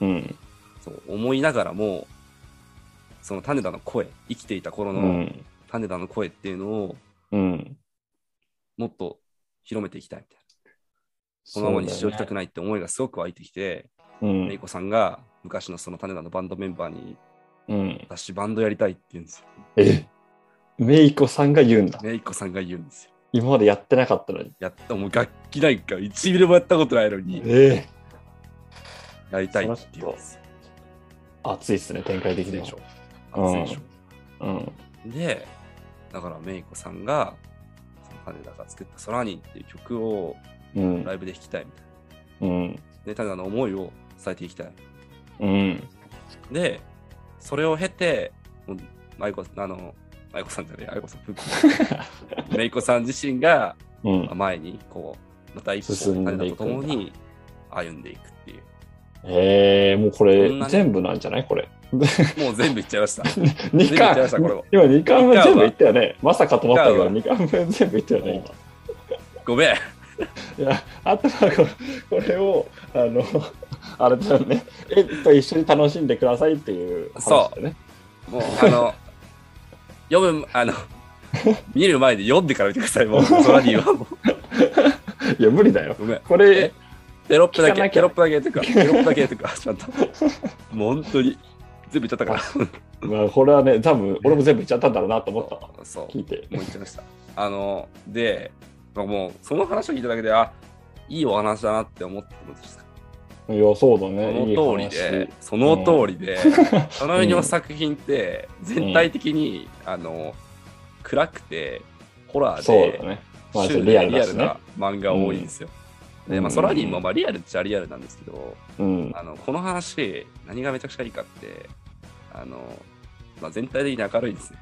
S1: ゃん。
S2: うん。
S1: そう思いながらも、その種田の声、生きていた頃
S2: う
S1: の
S2: ん。
S1: 種田の声っていうのを
S2: うん。
S1: もっと広めていきたいみたいな。このままにしておきたくないって思いがすごく湧いてきて、
S2: う
S1: レイ
S2: ん。
S1: コさんが昔のその種田のバンドメンバーに、
S2: うん。
S1: 私バンドやりたいって言うんですよ。
S2: えメイコさんが言うんだ。
S1: レイコさんが言うんですよ。
S2: 今までやってなかったのに。
S1: やった、もう楽器なんか1ミリもやったことないのに、
S2: ええ
S1: やりたいって言うんですよ。
S2: 熱いっすね、展開的に
S1: で
S2: は
S1: し。ょ。熱
S2: うん
S1: いでしょ。
S2: うん。
S1: で、だからメイコさんが、その種田が作ったソラニンっていう曲を
S2: うん
S1: ラ。イブで弾きたいみたい
S2: うん。
S1: な。で、種田の思いを伝えていきたい。
S2: うん。
S1: で、それを経て、もう舞子あの、舞子さんじゃねえ、愛子さん、ふっ
S2: *laughs*
S1: メイコさん自身が
S2: うん
S1: まあ。前に、こう、また一歩、
S2: 進ん
S1: 種
S2: でい
S1: 田
S2: く
S1: と
S2: んだ
S1: 共に歩んでいくっていう。
S2: ええもうこ
S1: そんな
S2: れ
S1: ね
S2: 全部なんじゃないこれ。
S1: もう全部言っちゃいま
S2: *laughs*
S1: した。言っ
S2: 二巻
S1: ちゃいましたこれは。
S2: *laughs* 今二巻分
S1: 二巻は
S2: 全部いったよね。まさかと思ったけど、
S1: 二
S2: 二巻分全部いったよね、今。
S1: ごめん。
S2: いや、あとはこれこれを、あの、あれだよね、えっと、一緒に楽しんでくださいっていう話だよね。
S1: もう、あの、読む、あの、見る前で読んでから見てください、もう、ソラニーは
S2: *laughs*
S1: もう。
S2: いや、無理だよ。
S1: ごめん。
S2: これ、
S1: テロップだ
S2: 聞かな
S1: け、
S2: きゃ
S1: テロップだけとか、テロップだけとか、ちゃんと。もう本当に、全部言っちゃったから。
S2: まあ、これはね、多分俺も全部いっちゃったんだろうなと思ったわ。
S1: そう。も
S2: 聞いて。
S1: う言っちゃいました。あの、で、まあもう、その話を聞いただけで、あ、いいお話だなって思ってことですか。
S2: いや、そうだ
S1: そ
S2: ね。いい
S1: の通り
S2: 話。
S1: で、その通りで、その世の作品って、全体的に、あの、暗くて、ホラー
S2: そう
S1: で、
S2: だね。まあ、
S1: シュール
S2: リ
S1: で
S2: アル
S1: リ
S2: だ
S1: ア
S2: し
S1: ル
S2: ね
S1: な。漫画多いんですよ。で、まあ、ソラリンも
S2: うん
S1: まあリアルっちゃリアルなんですけど、
S2: うん。
S1: あのこの話、何がめちゃくちゃいいかって、あのまあ、全体的に明るいんですね。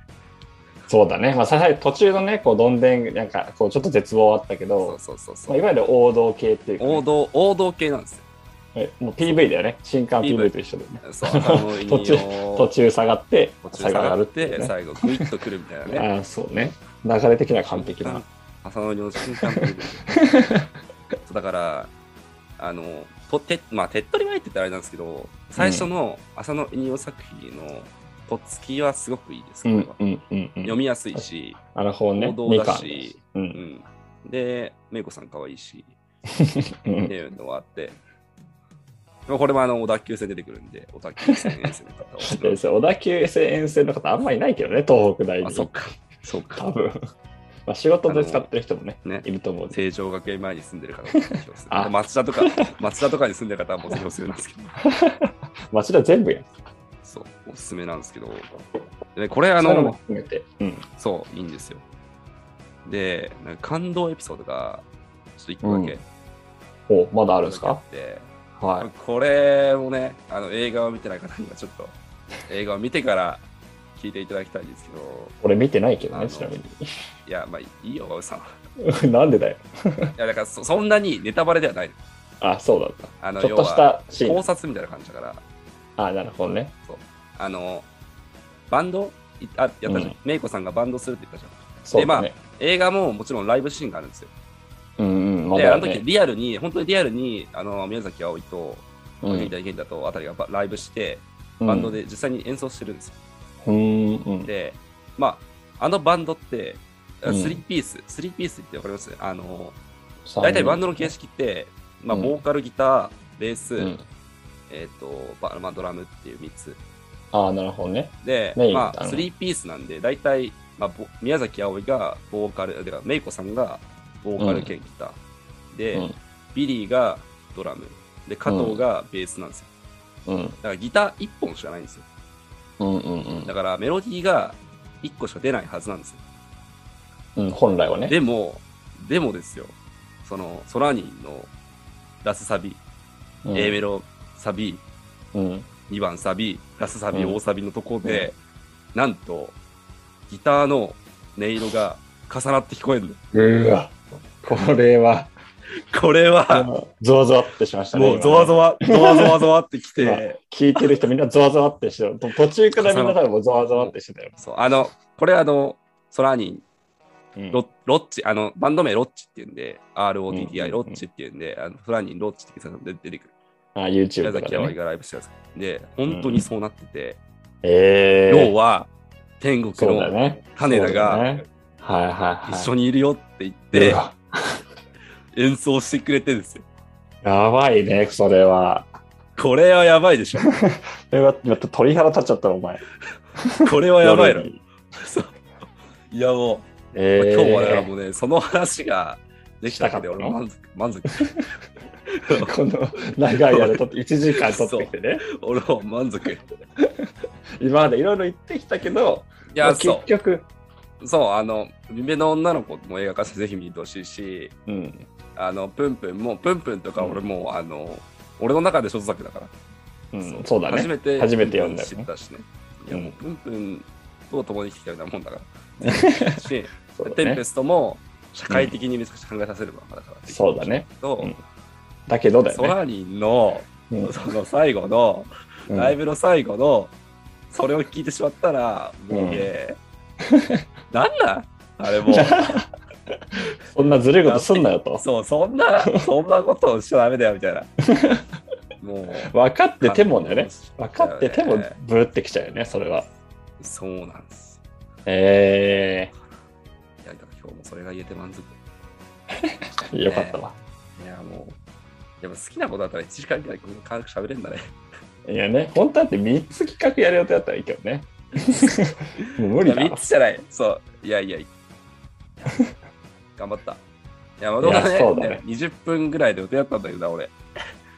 S2: そうだね。まあ、さらに途中のね、こう、どんでん、なんか、こう、ちょっと絶望あったけ
S1: そ
S2: ど
S1: う、そうそう
S2: ま
S1: そ。
S2: あ、いうわゆる王道系っていうかね、
S1: 王道、王道系なんですよ。
S2: えもう PV だよね。新刊
S1: PV
S2: PV と一緒だよね。
S1: そう、頭の意味を
S2: 途中途中下がって、
S1: 途中
S2: 下がるっていう
S1: て、
S2: ね。
S1: 最後、グイッとくるみたいなね。
S2: *laughs* ああ、そうね。流れ的には完璧な。
S1: 朝の両親間で。
S2: *laughs*
S1: そうだから、あの、とてまあ、手っ取り前って言ったらあれなんですけど、最初の浅野稲尾作品のとっつきはすごくいいです、
S2: う
S1: これは
S2: んうんうんうん。
S1: 読みやすいし、
S2: なるほどね。
S1: 王道だし
S2: 二巻ですう。
S1: うんん。で、めいこさん可愛いし、
S2: うん
S1: っていうのがあって、まあこれもあの、小田急線出てくるんで、小田急
S2: *laughs*
S1: 線沿線の方を
S2: ちょっとですね小田急線沿線の方あんまいないけどね、東北大に。
S1: あ、そっか、そう
S2: 多
S1: か。
S2: 分。 *laughs* まあ仕事で使ってる人もね、
S1: ね
S2: い、ると思うんで。
S1: 成城学園前に住んでる方も代表する。
S2: あ
S1: 町田とか、 *laughs* 町田とかに住んでる方はもう代表するんですけど、
S2: 町田全部やん。
S1: そう、おすすめなんですけど、でこれあ
S2: そういうのも
S1: の、
S2: 含めて。うん。
S1: そう、いいんですよ。で、なんか感動エピソードが、ちょっと一個だけ、
S2: うんおまだあるんです
S1: あっ
S2: か
S1: て、
S2: は
S1: これもね、あの映画を見てない方にはちょっと、映画を見てから聞いていただきたいんですけど、
S2: い。俺見てないけど
S1: あの
S2: ね、ちなみ
S1: いや、まあいいよ、おさん。い
S2: に。 *laughs* なんでだよ。
S1: や、だからそそんなにネタバレではない。
S2: あ、そうだった。
S1: あの
S2: ちょっとしたシ
S1: 要は
S2: ー
S1: 考
S2: ン。
S1: 察みたいな感じだから、
S2: あ、なるほどね。
S1: あの、バンドいあ、やったじゃん
S2: うん。
S1: メイコさんがバンドするって言ったじゃん。
S2: そうだね。
S1: 映画ももちろんライブシーンがあるんですよ。
S2: うんうん、ま
S1: で、あ
S2: だ
S1: の時
S2: ね。
S1: リアルに、本当にリアルに、あの、宮崎葵と、
S2: うん
S1: 国田源太とあたりがバライブして、バンド。で実際に演奏してるんですよ。
S2: うんうんうん。
S1: で、まあ、あのバンドって、
S2: うん
S1: 3ピース、3ピースってわかりますあの、大体バンドの形式って、まあ、
S2: うん
S1: ボーカル、ギター、ベース、
S2: うん
S1: えっ、と、バまあ、ドラムっていう3つ。
S2: あ、なるほどね。
S1: で、
S2: メイン
S1: ま
S2: あ
S1: あ、
S2: の
S1: 3ピースなんで、大体、まあ、ぼ宮崎あおいがボーカル、てか、メイコさんがボーカル兼ギター。で、
S2: うん
S1: ビリーがドラム。で、加藤がベースなんですよ。
S2: うん
S1: だからギター1本しかないんですよ。
S2: うんうんうん
S1: だからメロディーが1個しか出ないはずなんですよ。
S2: うん。本来はね。
S1: でも、でもですよ、その、ソラニンのラスサビ、
S2: うん
S1: A メロサビ、
S2: うん。
S1: 2番サビ、ラスサビ、
S2: うん
S1: 大サビのとこで、なんと、ギターの音色が重なって聞こえるの。
S2: うわ。これは、
S1: これは、
S2: ゾワゾワってしましたね。
S1: もうゾワゾ
S2: ワ。
S1: ワ、ゾワゾワゾワってきて、
S2: 聞いてる人みんなゾワゾワってしてる。と途中からみんな多分もうゾワゾワってしてたよ。
S1: そう、あの、これあの、ソラニン、
S2: うん
S1: ロロッチ、あの、バンド名ロッチっていうんで、ROTTI、
S2: うん
S1: ロッチっていうんで、あのソラニン、ロッチって検索で出てくる。
S2: あ、YouTube
S1: 宮
S2: とか
S1: 崎
S2: で
S1: あおい
S2: ね。
S1: がライブしてたやつ。で、本当にそうなってて、
S2: ええ
S1: 要は天国
S2: そうだよ
S1: の
S2: ね。
S1: 金田
S2: そうだ
S1: が
S2: ねはいはいはい。
S1: 一緒
S2: に
S1: にいるよって言って
S2: や
S1: 演奏してくれてるんですよ。
S2: ばいね、それは。
S1: これはやばいでしょ。
S2: それは、ちょっと鳥肌立っちゃったの、お前。
S1: これはやばいな
S2: 夜。に
S1: *laughs* そういやもう、
S2: ええ
S1: 今日はだからもうね、その話ができただけで
S2: した
S1: 俺
S2: かったの
S1: 満足、満足。 *laughs*
S2: この長い間とって1時間取ってきてね、
S1: 俺は満足。い
S2: 今までいろいろ言ってきたけど、ま
S1: や、
S2: あ結
S1: そ
S2: 局、
S1: う、そう、あの、夢の女の子も映画化してぜひ見てほしいし、
S2: うん、
S1: あの、プンプンも、プンプンとか俺もう、あの、俺の中で所作だから。
S2: うんそうだ
S1: 初
S2: ね。
S1: めて
S2: 初めて読んだよ
S1: 知
S2: ね
S1: ったしね。い
S2: う
S1: や
S2: ん
S1: もうプンプンと共に生きてきたようなもんだ *laughs* から。し、
S2: そう
S1: テ
S2: だ
S1: ンペ
S2: ね。
S1: ストも社会的にめちゃくちゃ考えさせるものだから。
S2: そうだね。
S1: と、
S2: うんだけどだよ
S1: ソ
S2: ね。
S1: ラリンの
S2: うん
S1: その最後の、
S2: うん
S1: ライブの最後のそれを聞いてしまったら、もうね、なんなんあれもう
S2: そんなずるいことすんなよと。
S1: そうそんなそんなことをしちゃダメだよみたいなもう
S2: 分かっててもだよね。分かってても
S1: ね
S2: ブルってきちゃうよね、それは。
S1: そうなんです
S2: え
S1: いやだから今日もそれが言えて満足
S2: えよかったわ。
S1: いやもう、でも好きなことだったら1時間ぐらいこんな軽く喋れんだね。
S2: いやね、本当だって3つ企画やる予定だったらいいけ
S1: *laughs*
S2: どね。もう無
S1: いや
S2: 理だ
S1: 3
S2: わ。
S1: つじゃない。そう。いやい *laughs* やいや。頑張った。いや、まあどうだ
S2: いやそうだ
S1: ね
S2: ね。
S1: 20分ぐらいで予定だったんだけどな、俺。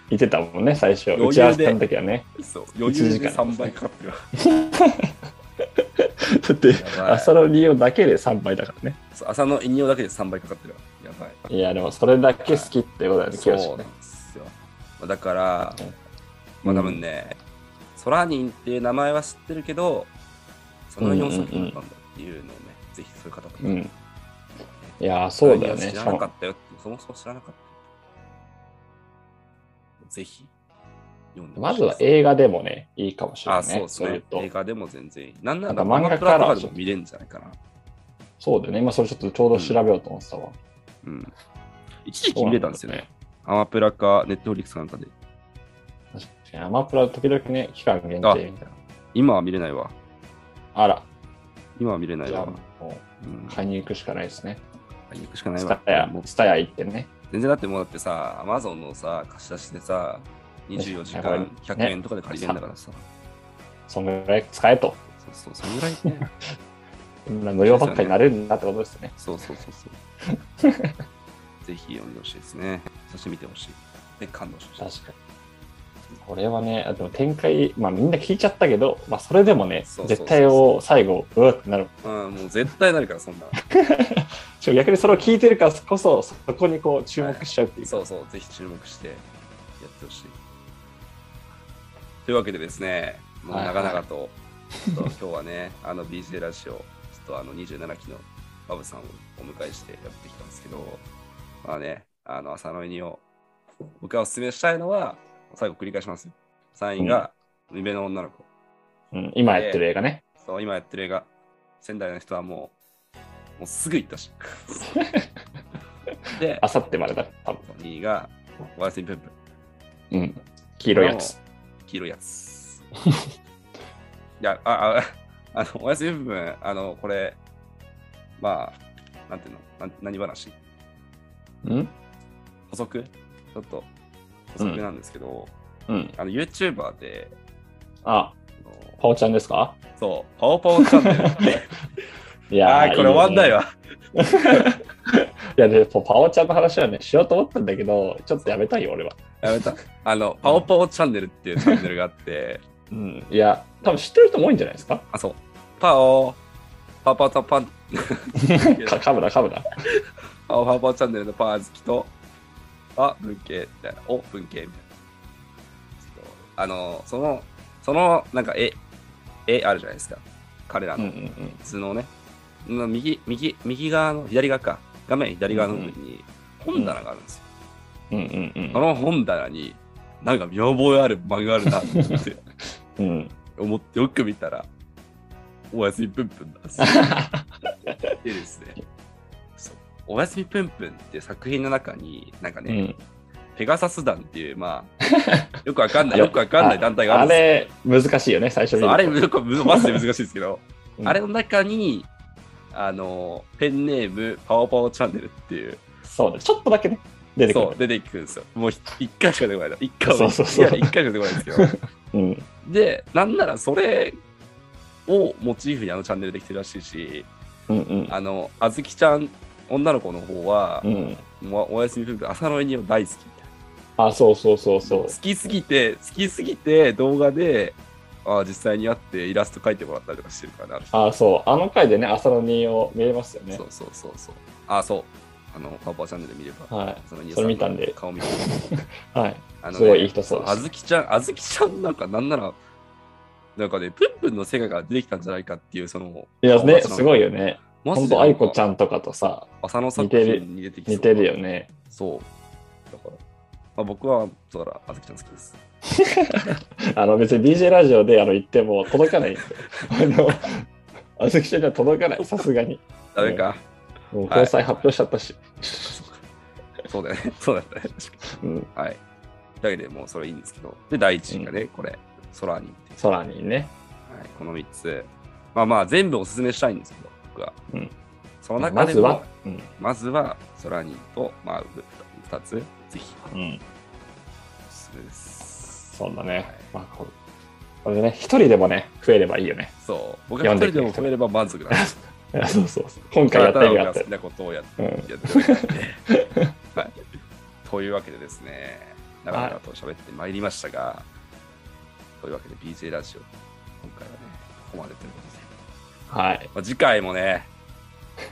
S2: 言ってたもんね、最初。
S1: 余裕で
S2: 打ち合わせの時はね。
S1: そう。余裕
S2: 一時
S1: で
S2: 間
S1: 3倍かかってるわ。
S2: だって、
S1: ばい
S2: 朝の利用だけで3倍だからね。
S1: そう朝の飲料だけで3倍かかってるわ。やばい。
S2: いや、でもそれだけ好きってことだよね、
S1: そ
S2: 清
S1: う
S2: 志
S1: な
S2: ね。
S1: んですよ。まあだから、
S2: う
S1: まあ
S2: ん
S1: 多分ね、ソラーニンっていう名前は知ってるけど、その4作品だったんだっていうのをね、ぜひそういう方も
S2: うん。いや、そうだよ
S1: 知
S2: ね。し
S1: ら
S2: か
S1: な
S2: も
S1: かったよって、そもそも知らなかった。ぜひ、読んでほ
S2: ま
S1: し
S2: ず
S1: いで
S2: は
S1: す
S2: 映画でもね、いいかもしれな
S1: あ、
S2: い
S1: そう
S2: ね。
S1: です
S2: そういう
S1: ね。
S2: と
S1: 映。画でも全然いい。なんなら
S2: あと漫画
S1: アマプラと
S2: から
S1: かでも見れるんじゃないかな。
S2: そうだよね。今それちょっとちょうど調べようと思ってたわ。
S1: うん。一時期見れたんですよね。アマプラか、ネットフリックスかなんかで。
S2: 確かにアマプラ時々ね、期間限定みたいな。
S1: 今は見れないわ。
S2: あら、
S1: 今は見れない
S2: じゃあ
S1: わ。
S2: も
S1: うん
S2: う。買いに行くしかないですね。
S1: 買いに行くしかない
S2: ス
S1: わ
S2: タ。ヤ
S1: もう、
S2: スタヤ行ってね。
S1: 全然だってもうだってさ、アマゾンのさ、貸し出しでさ、24時間100円とかで借りれるんだからさ。
S2: そんぐらい使えと。
S1: そうそう、そんぐらいね。
S2: 無料ばっかになれるんだってことですよね。
S1: そうそうそうそう。 *laughs* ぜひ読んでほしいですね。そして見てほしい。で、感動してほしい。
S2: 確かに。これはね、あでも展開、まあみんな聞いちゃったけど、まあそれでもね
S1: そう、そうそうそう
S2: 絶対を最後、うわってなる。
S1: うん、もう絶対なるから、そんな。
S2: しかも逆にそれを聞いてるからこそ、そこにこう注目しちゃうっていうか。
S1: そうそう、ぜひ注目してやってほしい。というわけでですね、もう長々と、ちょっと今日はね、 *laughs* あの BJ ラジオ、ちょっとあの27期のバブさんをお迎えしてやってきたんですけど、まあね、あの朝の犬を、僕がお勧めしたいのは、最後繰り返しますよ。3位が、夢の女の子。
S2: うん、今やってる映画ね。
S1: そう、今やってる映画、仙台の人はもう、もうすぐ行ったし。
S2: *laughs*
S1: で
S2: あ、さってまでだ、多分。
S1: 2位が、ワルセンプンプン。
S2: うん。黄色いやつ。
S1: 黄色いやつ。いや、あ、あ、あの、お休み部分、あの、これ、まあ、なんていうの、なん何話
S2: うん
S1: 補足ちょっと補足なんですけど、
S2: うん。
S1: あの、YouTuber で、あ
S2: あ、
S1: の
S2: パオちゃんですか
S1: そう、パオパオチャン
S2: *laughs*
S1: ネルって、
S2: いやー
S1: ああー、これ終わんない。
S2: いいね
S1: わ。
S2: いや、で、パオちゃんの話はね、しようと思ったんだけど、ちょっとやめたいよ、俺は。
S1: やめた。あの、パオパオチャンネルっていうチャンネルがあって、
S2: うん。いや、多分知ってる人も多いんじゃないですか
S1: あ、そう、パオ、パパとパン、
S2: か、かぶだ、かぶだ。
S1: パオパオチャンネルのパー好きと、あ、文系みたいな、お、文系みたいな。あの、その、その、なんか絵、絵あるじゃないですか。彼ら
S2: うんう
S1: の
S2: んうん。
S1: 図のね、の右、右、右側の、左側か、画面左側の部分に本棚があるんですよ。
S2: うんうんうん
S1: そ。の本棚に、なんか見覚えある漫画あるなって *laughs*
S2: うん、
S1: 思ってよく見たら、おやすみぷんぷんなんですよでですね、そうおやすみぷんぷんって作品の中に、なんか
S2: う
S1: ね、
S2: ん、
S1: ペガサス団っていう、まあ、 *laughs* よくわかんない、 *laughs* よくわかんない団体があ
S2: あ
S1: るんですよ。
S2: れ難しいよね最初に
S1: そうあれ、よくマジで難しいですけど、
S2: うん
S1: あれの中に、あの、ペンネーム、パオパオチャンネルっていう、
S2: そうだちょっとだけね出てくる
S1: そう、出てくるんですよ。もうひ一回しか出てこないな。一回
S2: そうそうそ
S1: い
S2: う
S1: や、一回しか出てこないんですけど。
S2: うん
S1: で、なんならそれをモチーフにあのチャンネルできてるらしいし、
S2: うんうん
S1: あの、あずきちゃん、女の子の方は
S2: う、ん
S1: もうおやすみふんく朝の犬を大好きみたいな。
S2: あそうそうそうそう
S1: 好きすぎて好きすぎて動画であ実際に会ってイラスト描いてもらったりとかしてるからねあ
S2: あそうあの回でね朝の2を見れますよ
S1: の人
S2: ね
S1: そうそうそうそうあそうあのパパチャンネル見れば
S2: は
S1: その家
S2: それ見たんで
S1: 顔見て
S2: いはい
S1: あのね
S2: すごいいい人そうです
S1: あずきちゃんあずきちゃんなんかなんならなんかねプンプンの世界から出てきたんじゃないかっていうその
S2: いやね
S1: 顔
S2: すごいよね
S1: マ
S2: ほ
S1: ジ
S2: ん
S1: で
S2: と
S1: なんか
S2: 愛子ちゃんとかとさ
S1: 浅野作
S2: 似てる
S1: 品に出てきそう
S2: 似てるよね
S1: そうだから、まあ、僕はだからあずきちゃん好きです
S2: あの別に DJ ラジオであの言っても届かないんであのあずきちゃんには届かないさすがに
S1: ダメか、
S2: もう
S1: はい
S2: 交際発表しちゃったし、
S1: そうだよねそうだよね確かに
S2: うん
S1: はい。だけでもうそれいいんですけど。で、第1位がね、これ、ソラーニンっていう、
S2: 空にね
S1: はい。この3つ。まあまあ、全部おすすめしたいんですけど、僕は。
S2: うん
S1: その中
S2: ま
S1: で
S2: ず
S1: も、
S2: は
S1: ま、
S2: うん
S1: ずは、ソラーニンと、まあ、2つ、ぜひ、
S2: うん、
S1: おすすめです。
S2: そうだね。
S1: はい
S2: まあ、こうこれでね、一人でもね、増えればいいよね。
S1: そう。僕が一人でも
S2: 読んでくれる人
S1: 褒めれば満足
S2: *laughs*
S1: なんです。
S2: いやそうそうそう。今
S1: た
S2: 回や
S1: だ
S2: った
S1: ただ僕が好き
S2: りやったり。
S1: なことをやっ
S2: うん、
S1: やっておりますんではい。というわけでですね、長々と喋ってまいりましたが、というわけで BJ ラジオ、今回はね、ここまでということで。
S2: はい。
S1: まあ、次回もね、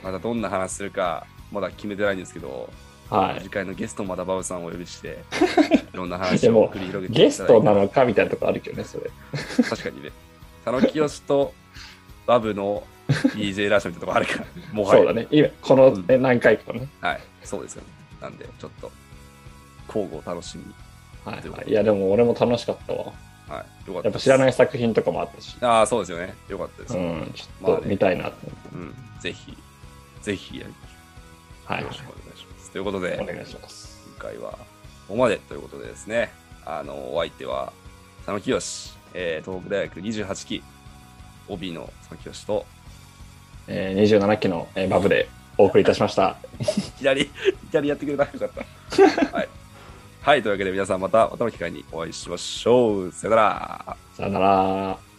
S1: またどんな話するか、まだ決めてないんですけど、
S2: はい。
S1: 次回のゲストもまたバブさんをお呼びして、いろんな話
S2: で
S1: を
S2: も
S1: 繰り広げてい
S2: ゲ
S1: た
S2: ス
S1: だい
S2: ト
S1: て、
S2: なのかみたいなとこあるけどね、それ。
S1: 確かにね、佐野清とバブの DJ ラジオみたいなとこあるから、もはや。
S2: そうだね。今、この、ね何回かね。
S1: はい、そうですよね。なんで、ちょっと、交互を楽しみに。
S2: は
S1: ということ
S2: い。
S1: で
S2: いや、でも俺も楽しかったわ。
S1: はい、よかった。
S2: やっぱ知らないい作品とかもあったし。
S1: ああ、そうですよね。よかったです。
S2: う
S1: うん、
S2: ん、ちょっと見たいなと思って。
S1: ぜひ、ぜひ、よ
S2: はい
S1: ろ。しくお願いします。ということで、
S2: お
S1: 今
S2: 願いします。
S1: 回は、ここまでということでですね、あの、お相手は、佐野清、えー、東北大学28期、帯の佐野清と、
S2: えー、27期の、えーバブでお送りいたしました。
S1: *laughs* 左、左やってくれた。よかった。はい。はい、というわけで皆さんまた、またの機会にお会いしましょう。さよなら。
S2: さよなら。